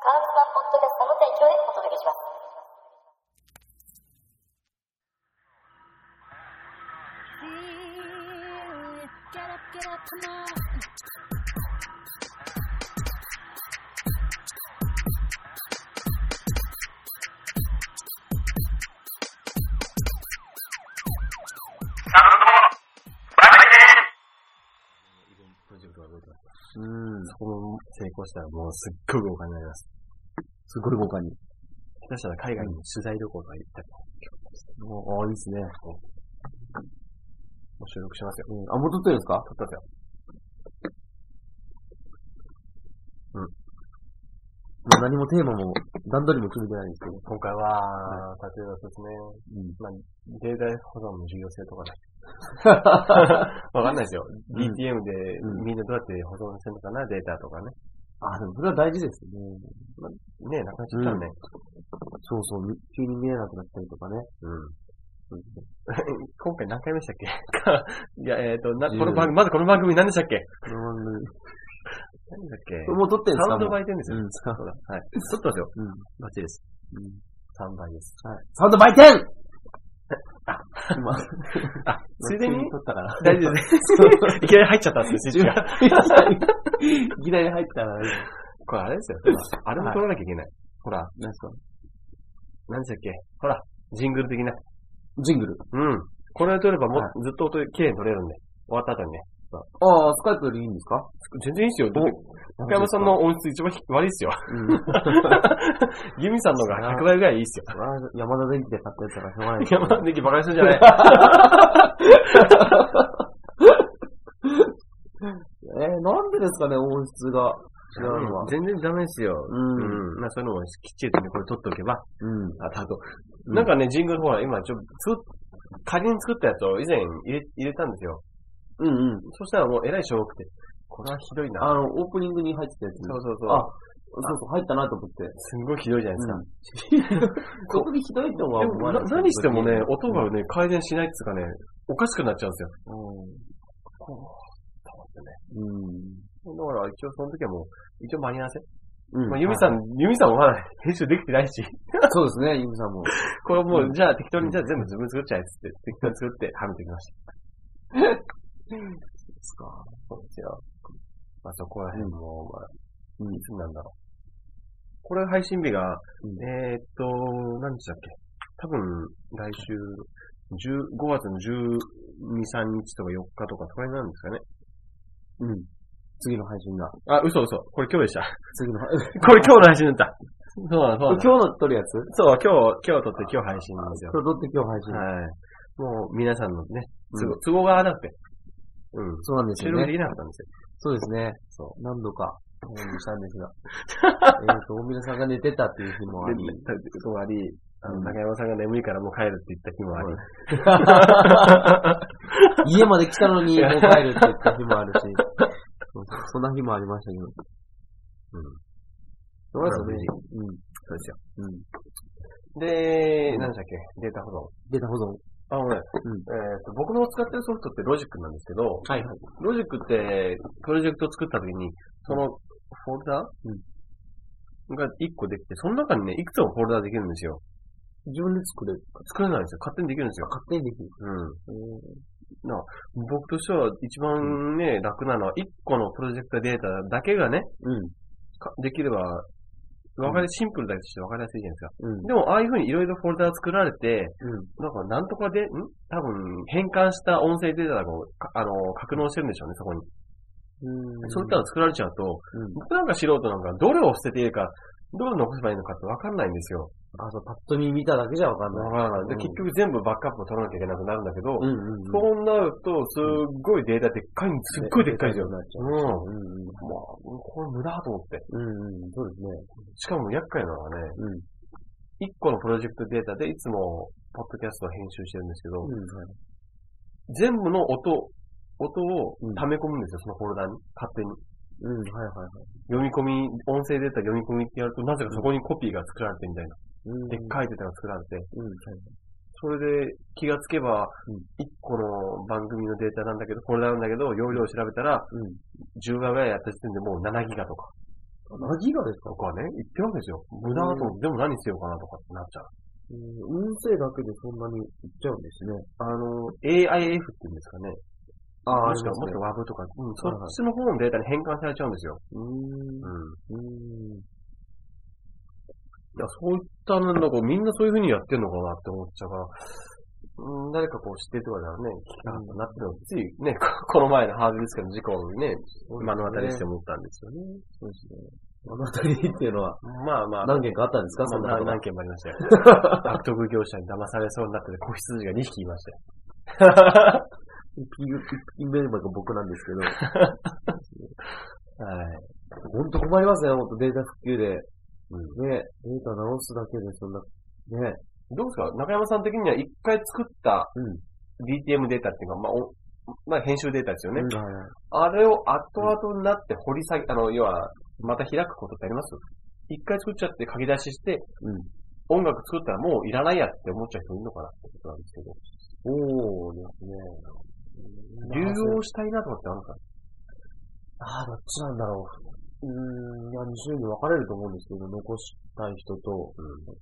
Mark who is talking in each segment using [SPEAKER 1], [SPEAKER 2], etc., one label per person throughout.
[SPEAKER 1] カーズワンポッドキャストの提供でお届けします。
[SPEAKER 2] Get up, get up, come on.
[SPEAKER 3] ?20 は動いてます。うん。そこも成功したらもうすっごい豪華になります。すっごい豪華に。下手したら海外にも取材旅行とか行ったり。もう、ああ、いいですね。もう収録しますよ。うん。
[SPEAKER 4] あ、もう撮ってるんですか
[SPEAKER 3] 撮ったっすよ。
[SPEAKER 4] もう何もテーマも、段取りも決めてないんですけど。
[SPEAKER 3] 今回は、例えばそうですね。まあ、データ保存の重要性とか ね。わかんないですよ。
[SPEAKER 4] うん
[SPEAKER 3] DTM で
[SPEAKER 4] うん
[SPEAKER 3] みんなどうやって保存してるのかな、データとかね。
[SPEAKER 4] あ、でもそれは大事ですね。
[SPEAKER 3] ねえ、なくなっちゃったらね。
[SPEAKER 4] そうそう、み急に見えなくなったりとかね。
[SPEAKER 3] う
[SPEAKER 4] う
[SPEAKER 3] ん。
[SPEAKER 4] ん
[SPEAKER 3] 今回何回目でしたっけ いや、えっ、と、な、
[SPEAKER 4] 十
[SPEAKER 3] この番組、まずこの番組何でしたっけ
[SPEAKER 4] この番組
[SPEAKER 3] 何だっけ
[SPEAKER 4] もう撮ってるんです
[SPEAKER 3] サ
[SPEAKER 4] か
[SPEAKER 3] ウンド
[SPEAKER 4] も
[SPEAKER 3] バイテンですよ。
[SPEAKER 4] うんサウン
[SPEAKER 3] そうだ。 はい。ちょっとですよ。
[SPEAKER 4] ううん。
[SPEAKER 3] バッチリです。
[SPEAKER 4] うん
[SPEAKER 3] 3倍です。
[SPEAKER 4] はい。サウンドバイテン今、
[SPEAKER 3] あ、ついでに
[SPEAKER 4] 撮ったから。
[SPEAKER 3] 大丈夫です。 いきなり入っちゃったんですよ、スイッチが。
[SPEAKER 4] いきなり入ったら、
[SPEAKER 3] これあれですよ。ほらあれも取らなきゃいけない。ほら、
[SPEAKER 4] 何ですか
[SPEAKER 3] 何でしたっけほら、ジングル的な。
[SPEAKER 4] ジングル。
[SPEAKER 3] うん。これを取ればもう
[SPEAKER 4] はい
[SPEAKER 3] ずっと音綺麗に取れるんで。終わった後にね。
[SPEAKER 4] ああ、スカイプよりいいんですか
[SPEAKER 3] 全然いいですよ。だって
[SPEAKER 4] お
[SPEAKER 3] 中山さんの音質一番低悪いですよ。
[SPEAKER 4] うん。
[SPEAKER 3] ユミさんの方が100倍ぐらいいいですよ。
[SPEAKER 4] それは山田電機で買ったやつだからしょうがない ですね
[SPEAKER 3] 山田ネキバカにするんじゃない
[SPEAKER 4] えー、なんでですかね、音質が違うのは。
[SPEAKER 3] 全然ダメですよ。
[SPEAKER 4] うん
[SPEAKER 3] うん。まあそういうのもきっちりとね、これ取っておけば。
[SPEAKER 4] うん。
[SPEAKER 3] あと、あと、
[SPEAKER 4] うん
[SPEAKER 3] なんかね、ジングルほら、今ちょっと、つ仮に作ったやつを以前入れ入れたんですよ。
[SPEAKER 4] うんうん。
[SPEAKER 3] そしたらもうえらいしょぼくて。これはひどいな。
[SPEAKER 4] あの、オープニングに入ってたやつ。
[SPEAKER 3] そうそうそう。
[SPEAKER 4] あ、そうそう、入ったなと思って。
[SPEAKER 3] すんごいひどいじゃないですか。
[SPEAKER 4] そこにひどいとは
[SPEAKER 3] で
[SPEAKER 4] 思
[SPEAKER 3] も
[SPEAKER 4] わ
[SPEAKER 3] な
[SPEAKER 4] ない。
[SPEAKER 3] 何してもね、音がね、改善しないっつうかね、おかしくなっちゃうんですよ。
[SPEAKER 4] うん。うん。
[SPEAKER 3] だから一応その時はもう、一応間に合わせ。
[SPEAKER 4] うん。
[SPEAKER 3] まあ、ユミさ
[SPEAKER 4] ん。
[SPEAKER 3] ん、ユミさんはまだ編集できてないし、
[SPEAKER 4] そうですね、ゆみさんも。
[SPEAKER 3] これも
[SPEAKER 4] う
[SPEAKER 3] う、じゃあ適当に、じゃあ全部自分作っちゃえっつって、適当に作ってはめてきました。
[SPEAKER 4] ですか。
[SPEAKER 3] そうですよ。まあそこら辺も、まあ、
[SPEAKER 4] うん
[SPEAKER 3] いつなんだろう。これ配信日が、
[SPEAKER 4] うん
[SPEAKER 3] えーっと、何でしたっけ多分、来週、10 5月の12、3日とか4日とか、それになるんですかね。
[SPEAKER 4] うん。次の配信が。
[SPEAKER 3] あ、嘘嘘。これ今日でした。
[SPEAKER 4] 次の配信。
[SPEAKER 3] これ今日の配信だった。そうなの、そうな
[SPEAKER 4] 今
[SPEAKER 3] の。
[SPEAKER 4] 日の撮るやつ
[SPEAKER 3] そう、今日、今日撮って今日配信なんですよ
[SPEAKER 4] こ。れ撮って今日配信。
[SPEAKER 3] はい。もう皆さんのね、
[SPEAKER 4] うん
[SPEAKER 3] 都合、都合が合わなくて。うん。
[SPEAKER 4] そうなんです
[SPEAKER 3] 収
[SPEAKER 4] よ
[SPEAKER 3] 録
[SPEAKER 4] ね
[SPEAKER 3] で。きなかったんですよ。
[SPEAKER 4] そうですね。
[SPEAKER 3] そ
[SPEAKER 4] 何度か、お会いしたん ですが。えっと、大峰さんが寝てたっていう日もあ
[SPEAKER 3] で
[SPEAKER 4] り。、
[SPEAKER 3] そうあり、あ の、
[SPEAKER 4] うん
[SPEAKER 3] 中山さんが眠いからもう帰るって言った日もあり。
[SPEAKER 4] 家まで来たのにもう帰るって言った日もあるし、そうそうそんな日もありましたけど。うん。そうですよね。
[SPEAKER 3] そうですよ。
[SPEAKER 4] うん。うん。
[SPEAKER 3] で、
[SPEAKER 4] うん
[SPEAKER 3] 何でしたっけデータ保存。
[SPEAKER 4] データ保存。
[SPEAKER 3] あの
[SPEAKER 4] う
[SPEAKER 3] ね、
[SPEAKER 4] ん
[SPEAKER 3] えっと、僕の使ってるソフトってロジックなんですけど、
[SPEAKER 4] はいはい。
[SPEAKER 3] ロジックって、プロジェクト作った時に、その、フォルダが1個できて、その中にね、いくつもフォルダできるんですよ。
[SPEAKER 4] 自分で作れる。
[SPEAKER 3] 作れないんですよ。勝手にできるんですよ。
[SPEAKER 4] 勝手にできる。
[SPEAKER 3] うん。
[SPEAKER 4] え
[SPEAKER 3] 僕としては一番ね、楽なのは、一個のプロジェクトデータだけがね、
[SPEAKER 4] ーうん。
[SPEAKER 3] かできれば、わかり、シンプルだとしてわかりやすいじゃな
[SPEAKER 4] うん。
[SPEAKER 3] いですか。でも、ああいう風にいろいろフォルダ作られて、
[SPEAKER 4] うん。
[SPEAKER 3] なんか、なんとかで、ん多分、変換した音声データを、かあの、格納してるんでしょうね、そこに。
[SPEAKER 4] うん。
[SPEAKER 3] そういったの作られちゃうと、
[SPEAKER 4] うん。
[SPEAKER 3] 僕なんか素人なんか、どれを捨てていいか、どれ残せばいいのかってわかんないんですよ。
[SPEAKER 4] あ、そう、パッと見見ただけじゃわかんない。
[SPEAKER 3] わからない。で、
[SPEAKER 4] うん
[SPEAKER 3] 結局全部バックアップを取らなきゃいけなくなるんだけど、
[SPEAKER 4] うんうんうん。
[SPEAKER 3] そうなると、すっごいデータでっかいん、すっごいでっかいですよ。
[SPEAKER 4] なっちゃう。
[SPEAKER 3] うん。
[SPEAKER 4] うんうん。
[SPEAKER 3] まあ、これ無駄と思って。
[SPEAKER 4] うんうん。そうですね。
[SPEAKER 3] しかも厄介なのはね、
[SPEAKER 4] うん。
[SPEAKER 3] 一個のプロジェクトデータでいつも、ポッドキャストを編集してるんですけど、
[SPEAKER 4] うんはい
[SPEAKER 3] 全部の音、音を
[SPEAKER 4] うん
[SPEAKER 3] 溜め込むんですよ、そのフォルダに。勝手に。
[SPEAKER 4] うん。はいはいはい。
[SPEAKER 3] 読み込み、音声データ読み込みってやると、なぜかそこにコピーが作られてみたいな。
[SPEAKER 4] うん
[SPEAKER 3] でっかいデータが作られて、
[SPEAKER 4] うん。はい
[SPEAKER 3] それで気がつけば
[SPEAKER 4] うん、
[SPEAKER 3] 一個の番組のデータなんだけど、フォルダなんだけど、容量を調べたら、
[SPEAKER 4] うん。
[SPEAKER 3] 10話ぐらいやった時点でもう7ギガとか。
[SPEAKER 4] 何がですか
[SPEAKER 3] 僕はね、言ってるわけですよ。無駄だと思って、でも何しようかなとかってなっちゃう。
[SPEAKER 4] うん運勢だけでそんなにいっちゃうんですね。
[SPEAKER 3] あの、AIF って言うんですかね。
[SPEAKER 4] あ
[SPEAKER 3] も
[SPEAKER 4] り
[SPEAKER 3] しくは、
[SPEAKER 4] ます
[SPEAKER 3] もし
[SPEAKER 4] ね
[SPEAKER 3] くは WAV とか、うん、そ
[SPEAKER 4] はいはい
[SPEAKER 3] っちの方のデータに変換されちゃうんですよ。
[SPEAKER 4] うーん。うん。
[SPEAKER 3] うん。いや、そういったのが、こうみんなそういう風にやってんのかなって思っちゃうから、うん、誰かこう知ってるとかではね、聞かなくなってるのついね、ここ の前のハードディスクの事故をね、目の当たりにして思ったんですよね。
[SPEAKER 4] そうですね。あの辺りっていうのは
[SPEAKER 3] まあまあ、
[SPEAKER 4] 何件かあったんですか、そん
[SPEAKER 3] ま
[SPEAKER 4] な
[SPEAKER 3] あ
[SPEAKER 4] こ
[SPEAKER 3] 何
[SPEAKER 4] とが
[SPEAKER 3] 何。件もあり ましたよ。悪徳業者に騙されそうになってて、子羊が2匹いましたよ。
[SPEAKER 4] 一品目が僕なんですけど、
[SPEAKER 3] はい。
[SPEAKER 4] ほんと困りますね、ほんとデータ復旧で。
[SPEAKER 3] うん
[SPEAKER 4] ね、データ直すだけでそんな、ね、
[SPEAKER 3] どうですか中山さん的には一回作った
[SPEAKER 4] うん
[SPEAKER 3] DTM データっていうか、まあお、まあ、編集データですよね。
[SPEAKER 4] うんはいはい
[SPEAKER 3] あれを後々になって掘り下げ、あの、要は、また開くことってあります一回作っちゃって書き出しして、
[SPEAKER 4] うん
[SPEAKER 3] 音楽作ったらもういらないやって思っちゃう人いるのかなってことなんですけど、
[SPEAKER 4] おーですね。
[SPEAKER 3] 流用したいなと思ってあるんですか
[SPEAKER 4] ああ、どっちなんだろう。うーん、いや、2種類に分かれると思うんですけど、残したい人と、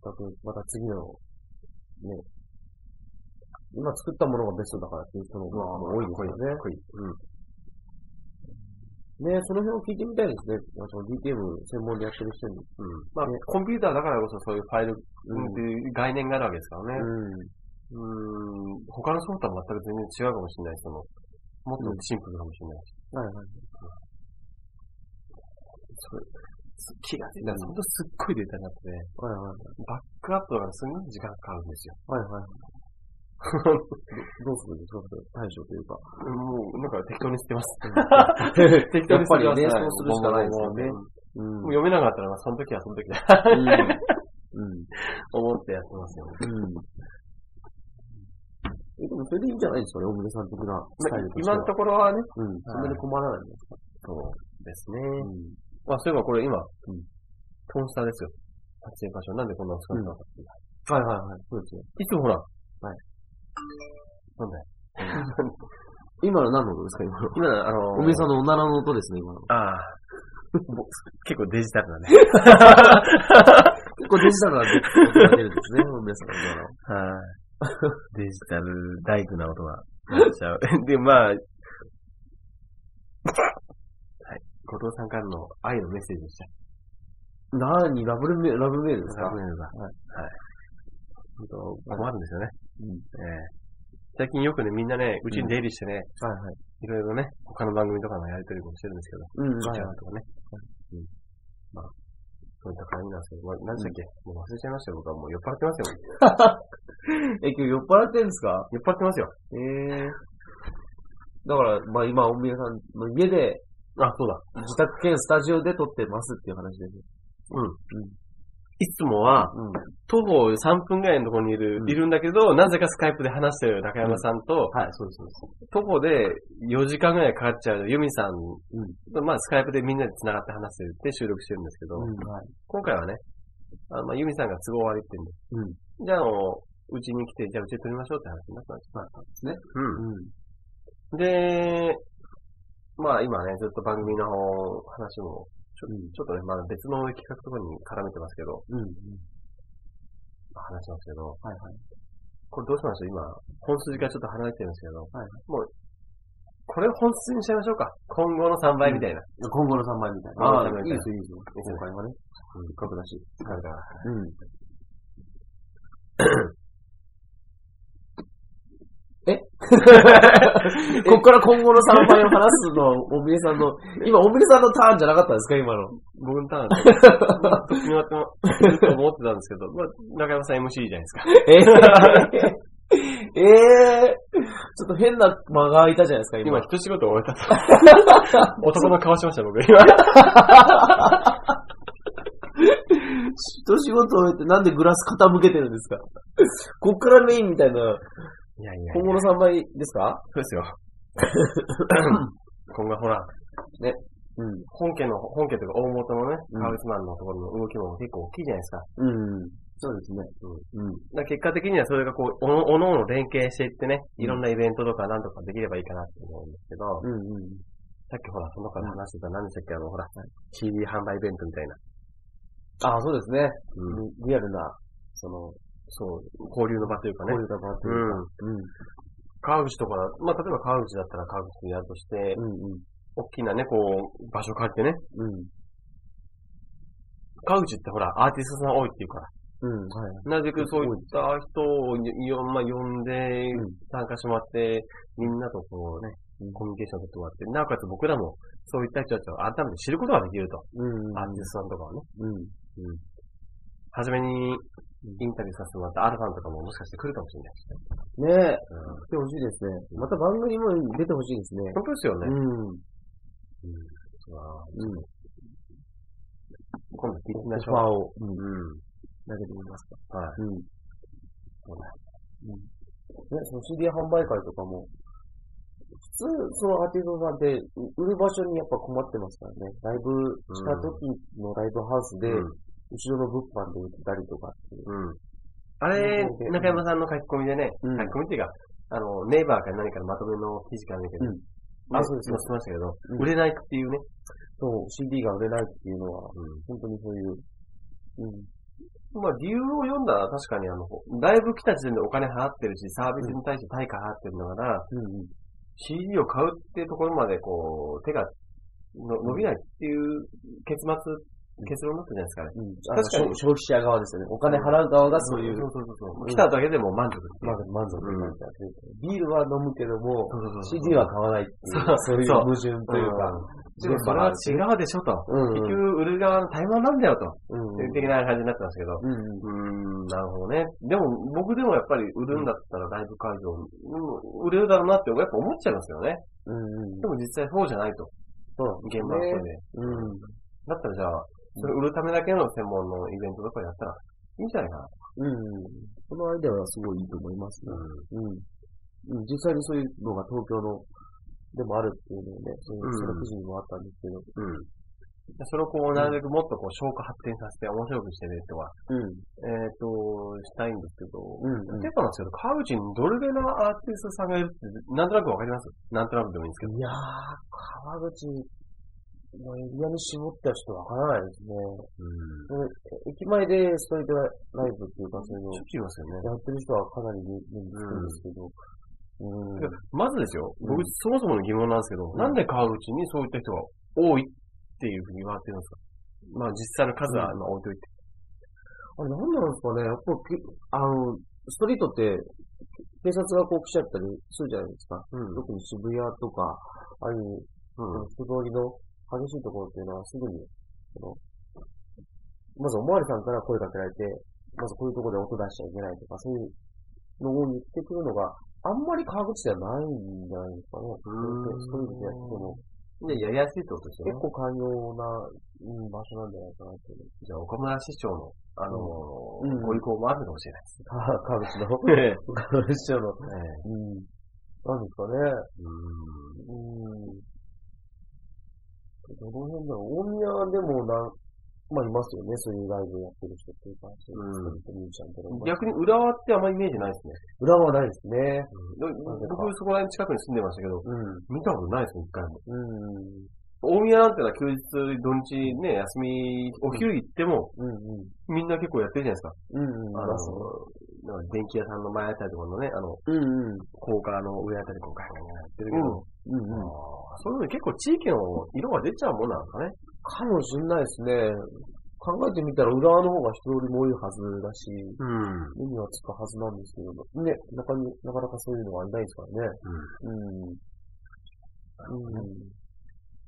[SPEAKER 4] だとまた次の、ね、今作ったものがベストだからっていう人の方が多いですよね。ね、その辺を聞いてみたいですね。まあその DTM 専門でやってる人に。
[SPEAKER 3] まあ、
[SPEAKER 4] ね
[SPEAKER 3] コンピューターだからこそそういうファイルっていう概念があるわけですからね。
[SPEAKER 4] うん。
[SPEAKER 3] うーん、他のソフトは全く全然違うかもしれない。その、もっとシンプルかもしれない。
[SPEAKER 4] はいはい。
[SPEAKER 3] それ気がついたら、ほんとすっごいデータになってね、
[SPEAKER 4] はいはい。
[SPEAKER 3] バックアップとかすごい時間かかるんですよ。
[SPEAKER 4] はいはい。どうするんですかそれ対処という か。
[SPEAKER 3] もう、なんか適当に捨てます。
[SPEAKER 4] 適
[SPEAKER 3] やっぱり
[SPEAKER 4] ね、そ
[SPEAKER 3] ね、そうう
[SPEAKER 4] するしか
[SPEAKER 3] するしか
[SPEAKER 4] な
[SPEAKER 3] ないい
[SPEAKER 4] で
[SPEAKER 3] です
[SPEAKER 4] よねうん
[SPEAKER 3] すよね。。もう読めなかったら、まあ、その時はそ の時だ
[SPEAKER 4] うん。
[SPEAKER 3] 思ってやってますよね。
[SPEAKER 4] うん。え、でもそれでいいんじゃないですかね、大村さん的なスタイルとしては。
[SPEAKER 3] 今のところはね、
[SPEAKER 4] うん、そんなに困らないんですか。
[SPEAKER 3] そうですね。
[SPEAKER 4] うん。
[SPEAKER 3] まあ、そういえばこれ今、
[SPEAKER 4] ん
[SPEAKER 3] トンスターですよ。撮影場所。なんでこんなの使ったのかっていう、
[SPEAKER 4] はいはいはい、そうですよ。
[SPEAKER 3] いつもほら、
[SPEAKER 4] はい。
[SPEAKER 3] なんだ よ。
[SPEAKER 4] 今の何の音ですか、今の。
[SPEAKER 3] 今、あの
[SPEAKER 4] 大村さんのおならの音ですね、今の。
[SPEAKER 3] ああ。ぼ結構デジタル だね。
[SPEAKER 4] 結構デジタルな音が出るんです ね、大村さんのおなら。
[SPEAKER 3] はい。デジタル大工な音が しちゃう。で、まあ、はい。後藤さんからの愛のメッセージでした。
[SPEAKER 4] なに、ラブメール、ラブメールですか
[SPEAKER 3] メールが。はい。
[SPEAKER 4] 本当は
[SPEAKER 3] 困るんですよね。
[SPEAKER 4] うん
[SPEAKER 3] ええ最近よくね、みんなね、うちに出入りして
[SPEAKER 4] い
[SPEAKER 3] ね、
[SPEAKER 4] はい。
[SPEAKER 3] いろいろね、他の番組とかのやりとりもしてるんですけど、
[SPEAKER 4] うん、
[SPEAKER 3] ツイ
[SPEAKER 4] はいはい
[SPEAKER 3] ッターとかね。うんまあ、そういった感じなんですけど、まあ何でしたっけ、もう忘れちゃいましたよ。僕はもう酔っ払ってますよ。
[SPEAKER 4] え、今日酔っ払ってんですか
[SPEAKER 3] 酔っ払ってますよ。
[SPEAKER 4] ええだから、まあ今、大宮さんの家で、
[SPEAKER 3] あ、そうだ。
[SPEAKER 4] 自宅兼スタジオで撮ってますっていう話ですね。
[SPEAKER 3] うん。いつもは、
[SPEAKER 4] うん。
[SPEAKER 3] 徒歩3分ぐらいのところにいる、
[SPEAKER 4] うん
[SPEAKER 3] いるんだけど、なぜかスカイプで話してる中山さんと、
[SPEAKER 4] はい、そうです、そうです。
[SPEAKER 3] 徒歩で4時間ぐらいかかっちゃうユミさん、まあスカイプでみんなで繋がって話してるって収録してるんですけど、
[SPEAKER 4] うん、はい。
[SPEAKER 3] 今回はね、あのまあ、ユミさんが都合悪いって言うんで、じゃああの、うちに来て、じゃあうちで撮りましょうって話になったん
[SPEAKER 4] で
[SPEAKER 3] です。
[SPEAKER 4] すね。うん。
[SPEAKER 3] うん。で、まあ今ね、ずっと番組の話も、ちょ
[SPEAKER 4] うん
[SPEAKER 3] ちょっとね、まあ別の企画とかに絡めてますけど、
[SPEAKER 4] うん。
[SPEAKER 3] 話しますけど、
[SPEAKER 4] はいはい。
[SPEAKER 3] これどうしましょう今、本筋からちょっと離れてるんですけど、
[SPEAKER 4] はい
[SPEAKER 3] もう、これを本筋にしちゃいましょうか。今後の3倍みたいな。
[SPEAKER 4] 今後の3倍みたいな。
[SPEAKER 3] ああ
[SPEAKER 4] いいですよ、いいですよ。
[SPEAKER 3] いいですね
[SPEAKER 4] 今回はね。せっかくだし。
[SPEAKER 3] なんか、
[SPEAKER 4] うん。え こっから今後の3倍を話すのは、おみれさんの、今、おみれさんのターンじゃなかったんですか今の。
[SPEAKER 3] 僕のターンで、ずっと決まっても、ずっと思ってたんですけど、まあ、中山さん MC じゃないですか。
[SPEAKER 4] えーええちょっと変な間が空いたじゃないですか、今。
[SPEAKER 3] 今、一仕事終えた と。男の顔しました、僕。今。
[SPEAKER 4] 一仕事終えてなんでグラス傾けてるんですか こっからメインみたいな、
[SPEAKER 3] いやいや
[SPEAKER 4] 今後の3倍ですか
[SPEAKER 3] そうですよ。今後ほら、
[SPEAKER 4] うん。
[SPEAKER 3] 本家の、本家というか大元のね、
[SPEAKER 4] うん
[SPEAKER 3] カウスマンのところの動きも結構大きいじゃないですか。
[SPEAKER 4] うん。そうですね。うん。うん。
[SPEAKER 3] だから結果的にはそれがこう、おのおのおの連携していってね、いろんなイベントとかなんとかできればいいかなって思うんですけど、
[SPEAKER 4] うん。うん。
[SPEAKER 3] さっきほら、その子が話してた、何でしたっけ、あの、ほら、CD 販売イベントみたいな。
[SPEAKER 4] ああ、そうですね。
[SPEAKER 3] うん
[SPEAKER 4] リリアルな、その、
[SPEAKER 3] そう、交流の場というかね
[SPEAKER 4] 交。流が回ってる
[SPEAKER 3] うん。川口とかだ、まあ、例えば川口だったら川口でやるとして、
[SPEAKER 4] うん
[SPEAKER 3] 大きなね、こう、場所借りてね。
[SPEAKER 4] うん。うん。
[SPEAKER 3] 川口ってほら、アーティストさん多いっていうから。
[SPEAKER 4] うん。はい。
[SPEAKER 3] なぜくそういった人をによ、まあ、呼んで
[SPEAKER 4] うん、
[SPEAKER 3] 参加してもらって、みんなとこうね、コミュニケーションを取ってもらって、なおかつ僕らも、そういった人たちを改めて知ることができると。
[SPEAKER 4] うん。
[SPEAKER 3] アーティストさんとかはね。
[SPEAKER 4] うん。
[SPEAKER 3] はじめに、インタビューさせてもらったアルファンとかももしかして来るかもしれないし
[SPEAKER 4] ねえ、
[SPEAKER 3] ね。
[SPEAKER 4] 来てほしいですね。また番組も出てほしいですね。
[SPEAKER 3] 本当です
[SPEAKER 4] う
[SPEAKER 3] よね。
[SPEAKER 4] ん。うん。
[SPEAKER 3] 今度聞いてみまし
[SPEAKER 4] ソ
[SPEAKER 3] ょ
[SPEAKER 4] ファーを、
[SPEAKER 3] う。
[SPEAKER 4] うん、
[SPEAKER 3] うん。
[SPEAKER 4] 投げてみますか。
[SPEAKER 3] はい。
[SPEAKER 4] うん。うん。ね、その CD 販売会とかも、普通、そのアーティストさんって、売る場所にやっぱ困ってますからね。ライブした時のライブハウスで、
[SPEAKER 3] うん
[SPEAKER 4] 後ろの物販で売ったりとかっていう。
[SPEAKER 3] うん。あれ、中山さんの書き込みでね、
[SPEAKER 4] うん
[SPEAKER 3] 書き込みっていうか、あの、ネイバーから何からまとめの記事から見て、
[SPEAKER 4] うんあそうです
[SPEAKER 3] 載せてましたけど、
[SPEAKER 4] うん
[SPEAKER 3] 売れないっていうね、
[SPEAKER 4] そう、CD が売れないっていうのは、本当にそういう、うん。
[SPEAKER 3] まあ理由を読んだら確かにあの、ライブ来た時点でお金払ってるし、サービスに対して対価払ってるんだから、
[SPEAKER 4] うんうん。
[SPEAKER 3] CD を買うっていうところまでこう、手がの伸びないっていう結末、結論だったじゃないですか
[SPEAKER 4] うん、あの
[SPEAKER 3] ね。確かに
[SPEAKER 4] 消消費者側ですよね。お金払う側がそういう
[SPEAKER 3] そうそうそう
[SPEAKER 4] ん
[SPEAKER 3] そうう。来ただけでも満足ってい
[SPEAKER 4] まあ、満
[SPEAKER 3] う
[SPEAKER 4] 足になっちゃって、ビールは飲むけども
[SPEAKER 3] そうそうそう、そう
[SPEAKER 4] CD は買わないっていう、そういう
[SPEAKER 3] そう
[SPEAKER 4] 矛盾というか、
[SPEAKER 3] でもそれは違うでしょと。
[SPEAKER 4] うんうん
[SPEAKER 3] 結局、売る側の怠慢なんだよと。
[SPEAKER 4] うん
[SPEAKER 3] 的な感じになってますけど。
[SPEAKER 4] うん
[SPEAKER 3] うーん、なるほどね。でも、僕でもやっぱり売るんだったらライブ会場、うん、売れるだろうなって、やっぱ思っちゃいますよね。
[SPEAKER 4] うんうん
[SPEAKER 3] でも実際そうじゃないと。
[SPEAKER 4] そう
[SPEAKER 3] 現場はそ
[SPEAKER 4] う
[SPEAKER 3] れで。
[SPEAKER 4] ん
[SPEAKER 3] だったらじゃあ、それ売るためだけの専門のイベントとかやったらいいんじゃないかな。
[SPEAKER 4] うん。このアイデアはすごいいいと思いますね。うん。うん実際にそういうのが東京の、でもあるっていうのをね、そ
[SPEAKER 3] うん
[SPEAKER 4] のその記事にもあったんですけど、
[SPEAKER 3] うん。それをこう、なるべくもっとこう、消化発展させて面白くしてねとか、
[SPEAKER 4] うん。
[SPEAKER 3] えっ、と、したいんですけど、
[SPEAKER 4] うんうん
[SPEAKER 3] 例えばなんですけど、川口にどれぐらいのアーティストさんがいるって、なんとなくわかりますなんとなくでもいいんですけど。
[SPEAKER 4] いやー、川口のエリアに絞った人はわからないですね。その駅前でストリートライブっていうか、そういうのを
[SPEAKER 3] しょっちゅういますよね。
[SPEAKER 4] やってる人はかなり目につくんですけど、うん。
[SPEAKER 3] でまずですよ、僕、
[SPEAKER 4] うん
[SPEAKER 3] そもそもの疑問なんですけど、
[SPEAKER 4] ん
[SPEAKER 3] なんで川口にそういった人が多いっていうふうに言われてるんですかまあ実際の数はまあ置いといて。
[SPEAKER 4] あれ、なんなんですかねやっぱき、あの、ストリートって、警察がこう来ちゃったりするじゃないですか。
[SPEAKER 3] うん
[SPEAKER 4] 特に渋谷とか、ああいう、
[SPEAKER 3] うん
[SPEAKER 4] 人通りの激しいところっていうのはすぐに、そのまずおまわりさんから声かけられて、まずこういうところで音出しちゃいけないとか、そういうのを言ってくるのが、あんまり川口ではないんじゃないですかね。
[SPEAKER 3] うん
[SPEAKER 4] ストリートでやっても、
[SPEAKER 3] で、やりやすいってことです
[SPEAKER 4] 結
[SPEAKER 3] よね。
[SPEAKER 4] 構寛容なうん場所なんじゃないかなっていう。
[SPEAKER 3] じゃあ岡村市長の、あのー
[SPEAKER 4] うん
[SPEAKER 3] ご意向もあるかもしれないです。
[SPEAKER 4] 川口の、
[SPEAKER 3] ええ
[SPEAKER 4] 川口市長の、
[SPEAKER 3] ええ
[SPEAKER 4] うん。なんですかね。
[SPEAKER 3] うん
[SPEAKER 4] うん。どの辺だろう。大宮でもな、まあいますよね。そういうライブやってる人っていうか、そう
[SPEAKER 3] うん
[SPEAKER 4] いう人ミュージシャンとかいます。
[SPEAKER 3] 逆に浦和ってあんまイメージないですね。
[SPEAKER 4] 裏はないですね。
[SPEAKER 3] で僕そこら辺近くに住んでましたけど、
[SPEAKER 4] う
[SPEAKER 3] 見たことないですね、一回も。
[SPEAKER 4] ん。うん。
[SPEAKER 3] 大宮なんてのは休日、土日ね、休み、お昼行っても、
[SPEAKER 4] うんうん。
[SPEAKER 3] みんな結構やってるじゃないですか。
[SPEAKER 4] うんうん。
[SPEAKER 3] あ
[SPEAKER 4] いますね
[SPEAKER 3] の、なんか電気屋さんの前あたりとかのね、あの、
[SPEAKER 4] うんうん。
[SPEAKER 3] 高架の上あたりとかガンガンガンやってるけ
[SPEAKER 4] うん
[SPEAKER 3] ど、
[SPEAKER 4] うん。
[SPEAKER 3] あーそういうの結構地域の色が出ちゃうもんなんですかね。
[SPEAKER 4] かもしんないですね。考えてみたら裏の方が人よりも多いはずだし、
[SPEAKER 3] う
[SPEAKER 4] 目
[SPEAKER 3] ん。
[SPEAKER 4] にはつくはずなんですけどね、中に、なかなかそういうのはいないですからね。うん。うん。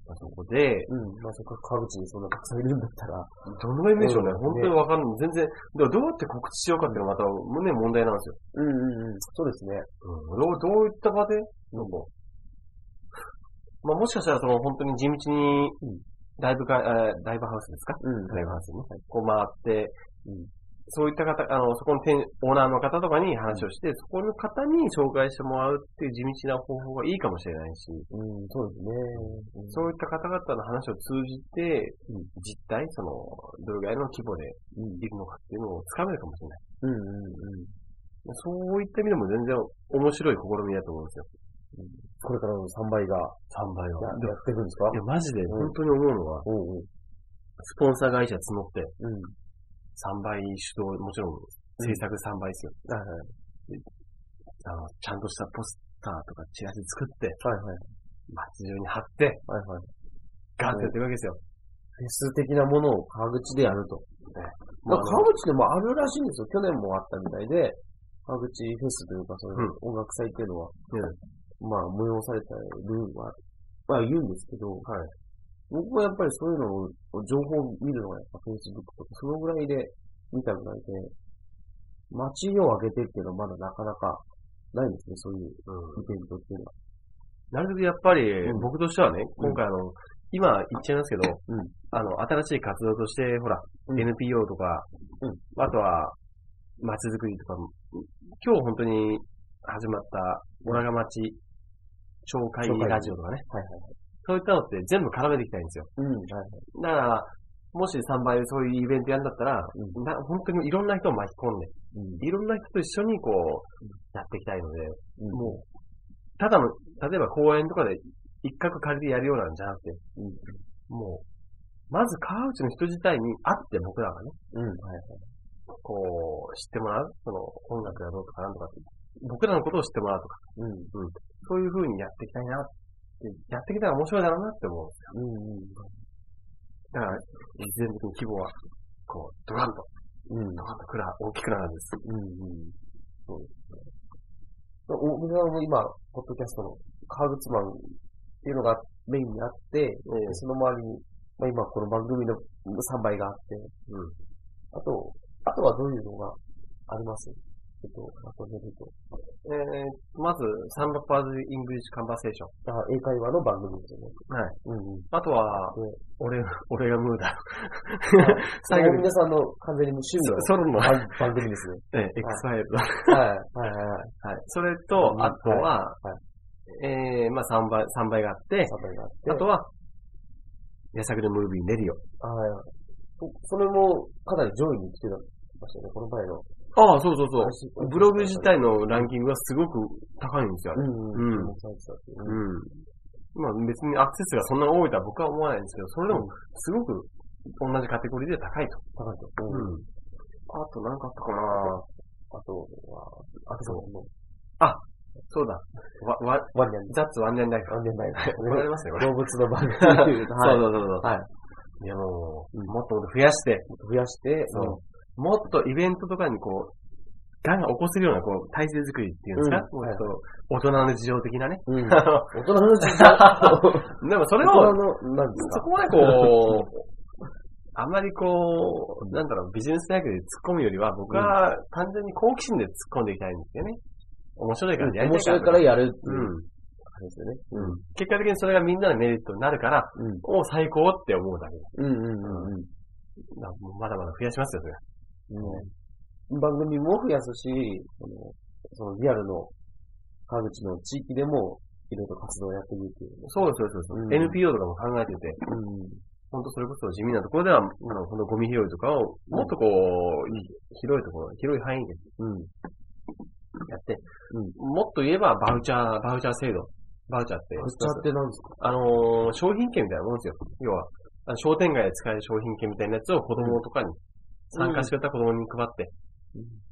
[SPEAKER 3] まあそこで、
[SPEAKER 4] うん、まあ、せっかく川口にそんなたくさんいるんだったら、
[SPEAKER 3] どのぐらいいるんでしょう
[SPEAKER 4] う
[SPEAKER 3] ね。
[SPEAKER 4] ん
[SPEAKER 3] 本当にわかんない。全然、でもどうやって告知しようかっていうのがまた、ね、問題なんですよ。
[SPEAKER 4] うんうんうん、そうですね。
[SPEAKER 3] うん、どう、どういった場で
[SPEAKER 4] うん
[SPEAKER 3] まあ、もしかしたら、その、本当に地道に、ライブか、えーライブハウスですか
[SPEAKER 4] うん、
[SPEAKER 3] ライブハウスにね、こう回って、
[SPEAKER 4] うん
[SPEAKER 3] そういった方、あの、そこの店、オーナーの方とかに話をして、そこの方に紹介してもらうっていう地道な方法がいいかもしれないし、
[SPEAKER 4] うん、そうですね。うん
[SPEAKER 3] そういった方々の話を通じて
[SPEAKER 4] うん、
[SPEAKER 3] 実態、その、どれぐらいの規模で
[SPEAKER 4] うん
[SPEAKER 3] いるのかっていうのをつかめるかもしれない。
[SPEAKER 4] うんうんうん。
[SPEAKER 3] そういった意味でも全然面白い試みだと思うんですよ。
[SPEAKER 4] これからの3倍が
[SPEAKER 3] 3倍
[SPEAKER 4] やや
[SPEAKER 3] は。
[SPEAKER 4] っていくんですか
[SPEAKER 3] いや、マジで、
[SPEAKER 4] うん
[SPEAKER 3] 本当に思うのは、
[SPEAKER 4] おうおう。
[SPEAKER 3] スポンサー会社募って、
[SPEAKER 4] うん。
[SPEAKER 3] 3倍主導、もちろん、制作3倍ですよ。
[SPEAKER 4] はいはい。
[SPEAKER 3] あの、ちゃんとしたポスターとかチラシ作って、
[SPEAKER 4] はいはい。
[SPEAKER 3] 街中に貼って、
[SPEAKER 4] はいはい。
[SPEAKER 3] ガンってやってるわけですよ。
[SPEAKER 4] フェス的なものを川口でやると。まあ、
[SPEAKER 3] もうあの
[SPEAKER 4] 川口でもあるらしいんですよ。去年もあったみたいで、川口フェスというか、その
[SPEAKER 3] うん
[SPEAKER 4] 音楽祭っていうのは、まあ、催されたるは、まあ言うんですけど、
[SPEAKER 3] はい
[SPEAKER 4] 僕はやっぱりそういうのを、情報を見るのがやっぱ Facebook とか、そのぐらいで見たぐらいで、街を開けてっていうのはまだなかなかないんですね、そういうイベントっていうのは。
[SPEAKER 3] なるべくやっぱり
[SPEAKER 4] ん、
[SPEAKER 3] 僕としてはね、今回あの、今言っちゃいますけど、
[SPEAKER 4] うん
[SPEAKER 3] あの、新しい活動として、ほら、
[SPEAKER 4] うん
[SPEAKER 3] NPO とか、
[SPEAKER 4] うん
[SPEAKER 3] あとは、街づくりとかも、今日本当に始まった、オラが町、紹介ラジオとかね、
[SPEAKER 4] はい
[SPEAKER 3] そういったのって全部絡めていきたいんですよ。
[SPEAKER 4] はい。うん、はいはい。
[SPEAKER 3] だから、もし3倍でそういうイベントやるんだったら、
[SPEAKER 4] う
[SPEAKER 3] な本当にいろんな人を巻き込んで、
[SPEAKER 4] うん。
[SPEAKER 3] いろんな人と一緒にこう、やっていきたいので、
[SPEAKER 4] うん
[SPEAKER 3] もう、ただの、例えば公園とかで一角借りてやるようなんじゃなくて、
[SPEAKER 4] うん
[SPEAKER 3] もう、まず川内の人自体に会って僕らがね、
[SPEAKER 4] うん、はい。
[SPEAKER 3] こう、知ってもらう、その音楽やろうとかなんとかって、僕らのことを知ってもらうとか、
[SPEAKER 4] うん、
[SPEAKER 3] そういう風にやっていきたいなって、やってきたら面白いだろうなって思うんで
[SPEAKER 4] うん、
[SPEAKER 3] すよ。だから、必然的に規模は、こう、ドカンと、
[SPEAKER 4] うん。うん
[SPEAKER 3] ドカンとくら、大きくなるんです。
[SPEAKER 4] うんうん。そうですね。お、僕はもう今、ポッドキャストの川口マンっていうのがメインにあって、でその周りに、まあ今この番組の3倍があって、
[SPEAKER 3] うん
[SPEAKER 4] あと、あとはどういうのがありますえっと、まとめると。
[SPEAKER 3] えー、まず、サンバパーズ・イングリッシュ・カンバセーション。
[SPEAKER 4] あ、英会話の番組ですよね。
[SPEAKER 3] はい。
[SPEAKER 4] うんうん。
[SPEAKER 3] あとは
[SPEAKER 4] うん、
[SPEAKER 3] 俺、 俺がムーだ。
[SPEAKER 4] 最
[SPEAKER 3] 最
[SPEAKER 4] 後
[SPEAKER 3] 後
[SPEAKER 4] に
[SPEAKER 3] に
[SPEAKER 4] 皆さんの完全に無趣味の
[SPEAKER 3] ソロの、
[SPEAKER 4] 番番組です ね。
[SPEAKER 3] え、エクスファイルだ。
[SPEAKER 4] はい、はい、はいはい。
[SPEAKER 3] はい。それ
[SPEAKER 4] う
[SPEAKER 3] と
[SPEAKER 4] ん、
[SPEAKER 3] あとは
[SPEAKER 4] はいは、
[SPEAKER 3] えー、まあ3倍、三倍があって、
[SPEAKER 4] 3倍があって。
[SPEAKER 3] あとは、やさぐれムービーレディ
[SPEAKER 4] はい。そそれもかなり上位に来てましたよね、この前の。
[SPEAKER 3] オ。ああ、そうそう
[SPEAKER 4] 配信
[SPEAKER 3] ブログ自体のランキングはすごく高いんですよ。あ
[SPEAKER 4] う
[SPEAKER 3] れ
[SPEAKER 4] んうん。
[SPEAKER 3] うん
[SPEAKER 4] そうですそうで
[SPEAKER 3] う
[SPEAKER 4] す
[SPEAKER 3] ん。まあ別にアクセスがそんな多いとは僕は思わないんですけど、それでもすごく同じカテゴリーで高いと。
[SPEAKER 4] 高いと。
[SPEAKER 3] うん。あと何かあったかな
[SPEAKER 4] あとは、あとはもう、
[SPEAKER 3] そうだ。わ、わ、
[SPEAKER 4] ワンニャン、
[SPEAKER 3] ザッツワンニャンライフ。
[SPEAKER 4] ワンニャンない
[SPEAKER 3] わかりますよ、これ。
[SPEAKER 4] 動物の番 組
[SPEAKER 3] そう
[SPEAKER 4] と
[SPEAKER 3] そ
[SPEAKER 4] いう うと、はい。
[SPEAKER 3] そうそう。
[SPEAKER 4] はい。
[SPEAKER 3] いやもう、
[SPEAKER 4] うん
[SPEAKER 3] もっともっと増やして、
[SPEAKER 4] 増やして、
[SPEAKER 3] そうもっとイベントとかにこう、ガンガン起こせるような、こう、体制作りっていうんですか、
[SPEAKER 4] うん
[SPEAKER 3] もうちょっと、大人の事情的なね。
[SPEAKER 4] うん。 うん。
[SPEAKER 3] あ
[SPEAKER 4] 大
[SPEAKER 3] の
[SPEAKER 4] 人の事情。大
[SPEAKER 3] でもそれ
[SPEAKER 4] 人
[SPEAKER 3] を、
[SPEAKER 4] の、なんです
[SPEAKER 3] そ
[SPEAKER 4] か
[SPEAKER 3] こまでこう、あまりこう、なんだろう、ビジネス大学で突っ込むよりは、僕は単純に好奇心で突っ込んでいきたいんですよね。面白いからやりた
[SPEAKER 4] 面
[SPEAKER 3] いから。
[SPEAKER 4] 白いから
[SPEAKER 3] や
[SPEAKER 4] やるっていう
[SPEAKER 3] う
[SPEAKER 4] 感じですよね。
[SPEAKER 3] ん。うん。結果的にそれがみんなのメリットになるから、
[SPEAKER 4] うん。
[SPEAKER 3] お最高って思うだけです。
[SPEAKER 4] うんうんうんうん。
[SPEAKER 3] だからもうまだまだ増やしますよ、それ。
[SPEAKER 4] うん番組も増やすし、そのそのリアルの川口の地域でもいろいろ活動をやっていくっていうね。
[SPEAKER 3] そうそうそうそう、
[SPEAKER 4] うん
[SPEAKER 3] NPO とかも考えてて、本当それこそ地味なところでは、あの、このゴミ拾いとかを、もっとこう、い広いところ、広い範囲で
[SPEAKER 4] うん。うん。
[SPEAKER 3] やって、
[SPEAKER 4] うん
[SPEAKER 3] もっと言えばバウチャー、バウチャー制度。バウチャーって、
[SPEAKER 4] ぶっちゃってなんですか
[SPEAKER 3] あのー商品券みたいなもんですよ。要は、あの商店街で使える商品券みたいなやつを子供とかに、参加してくれた子供に配って、
[SPEAKER 4] うん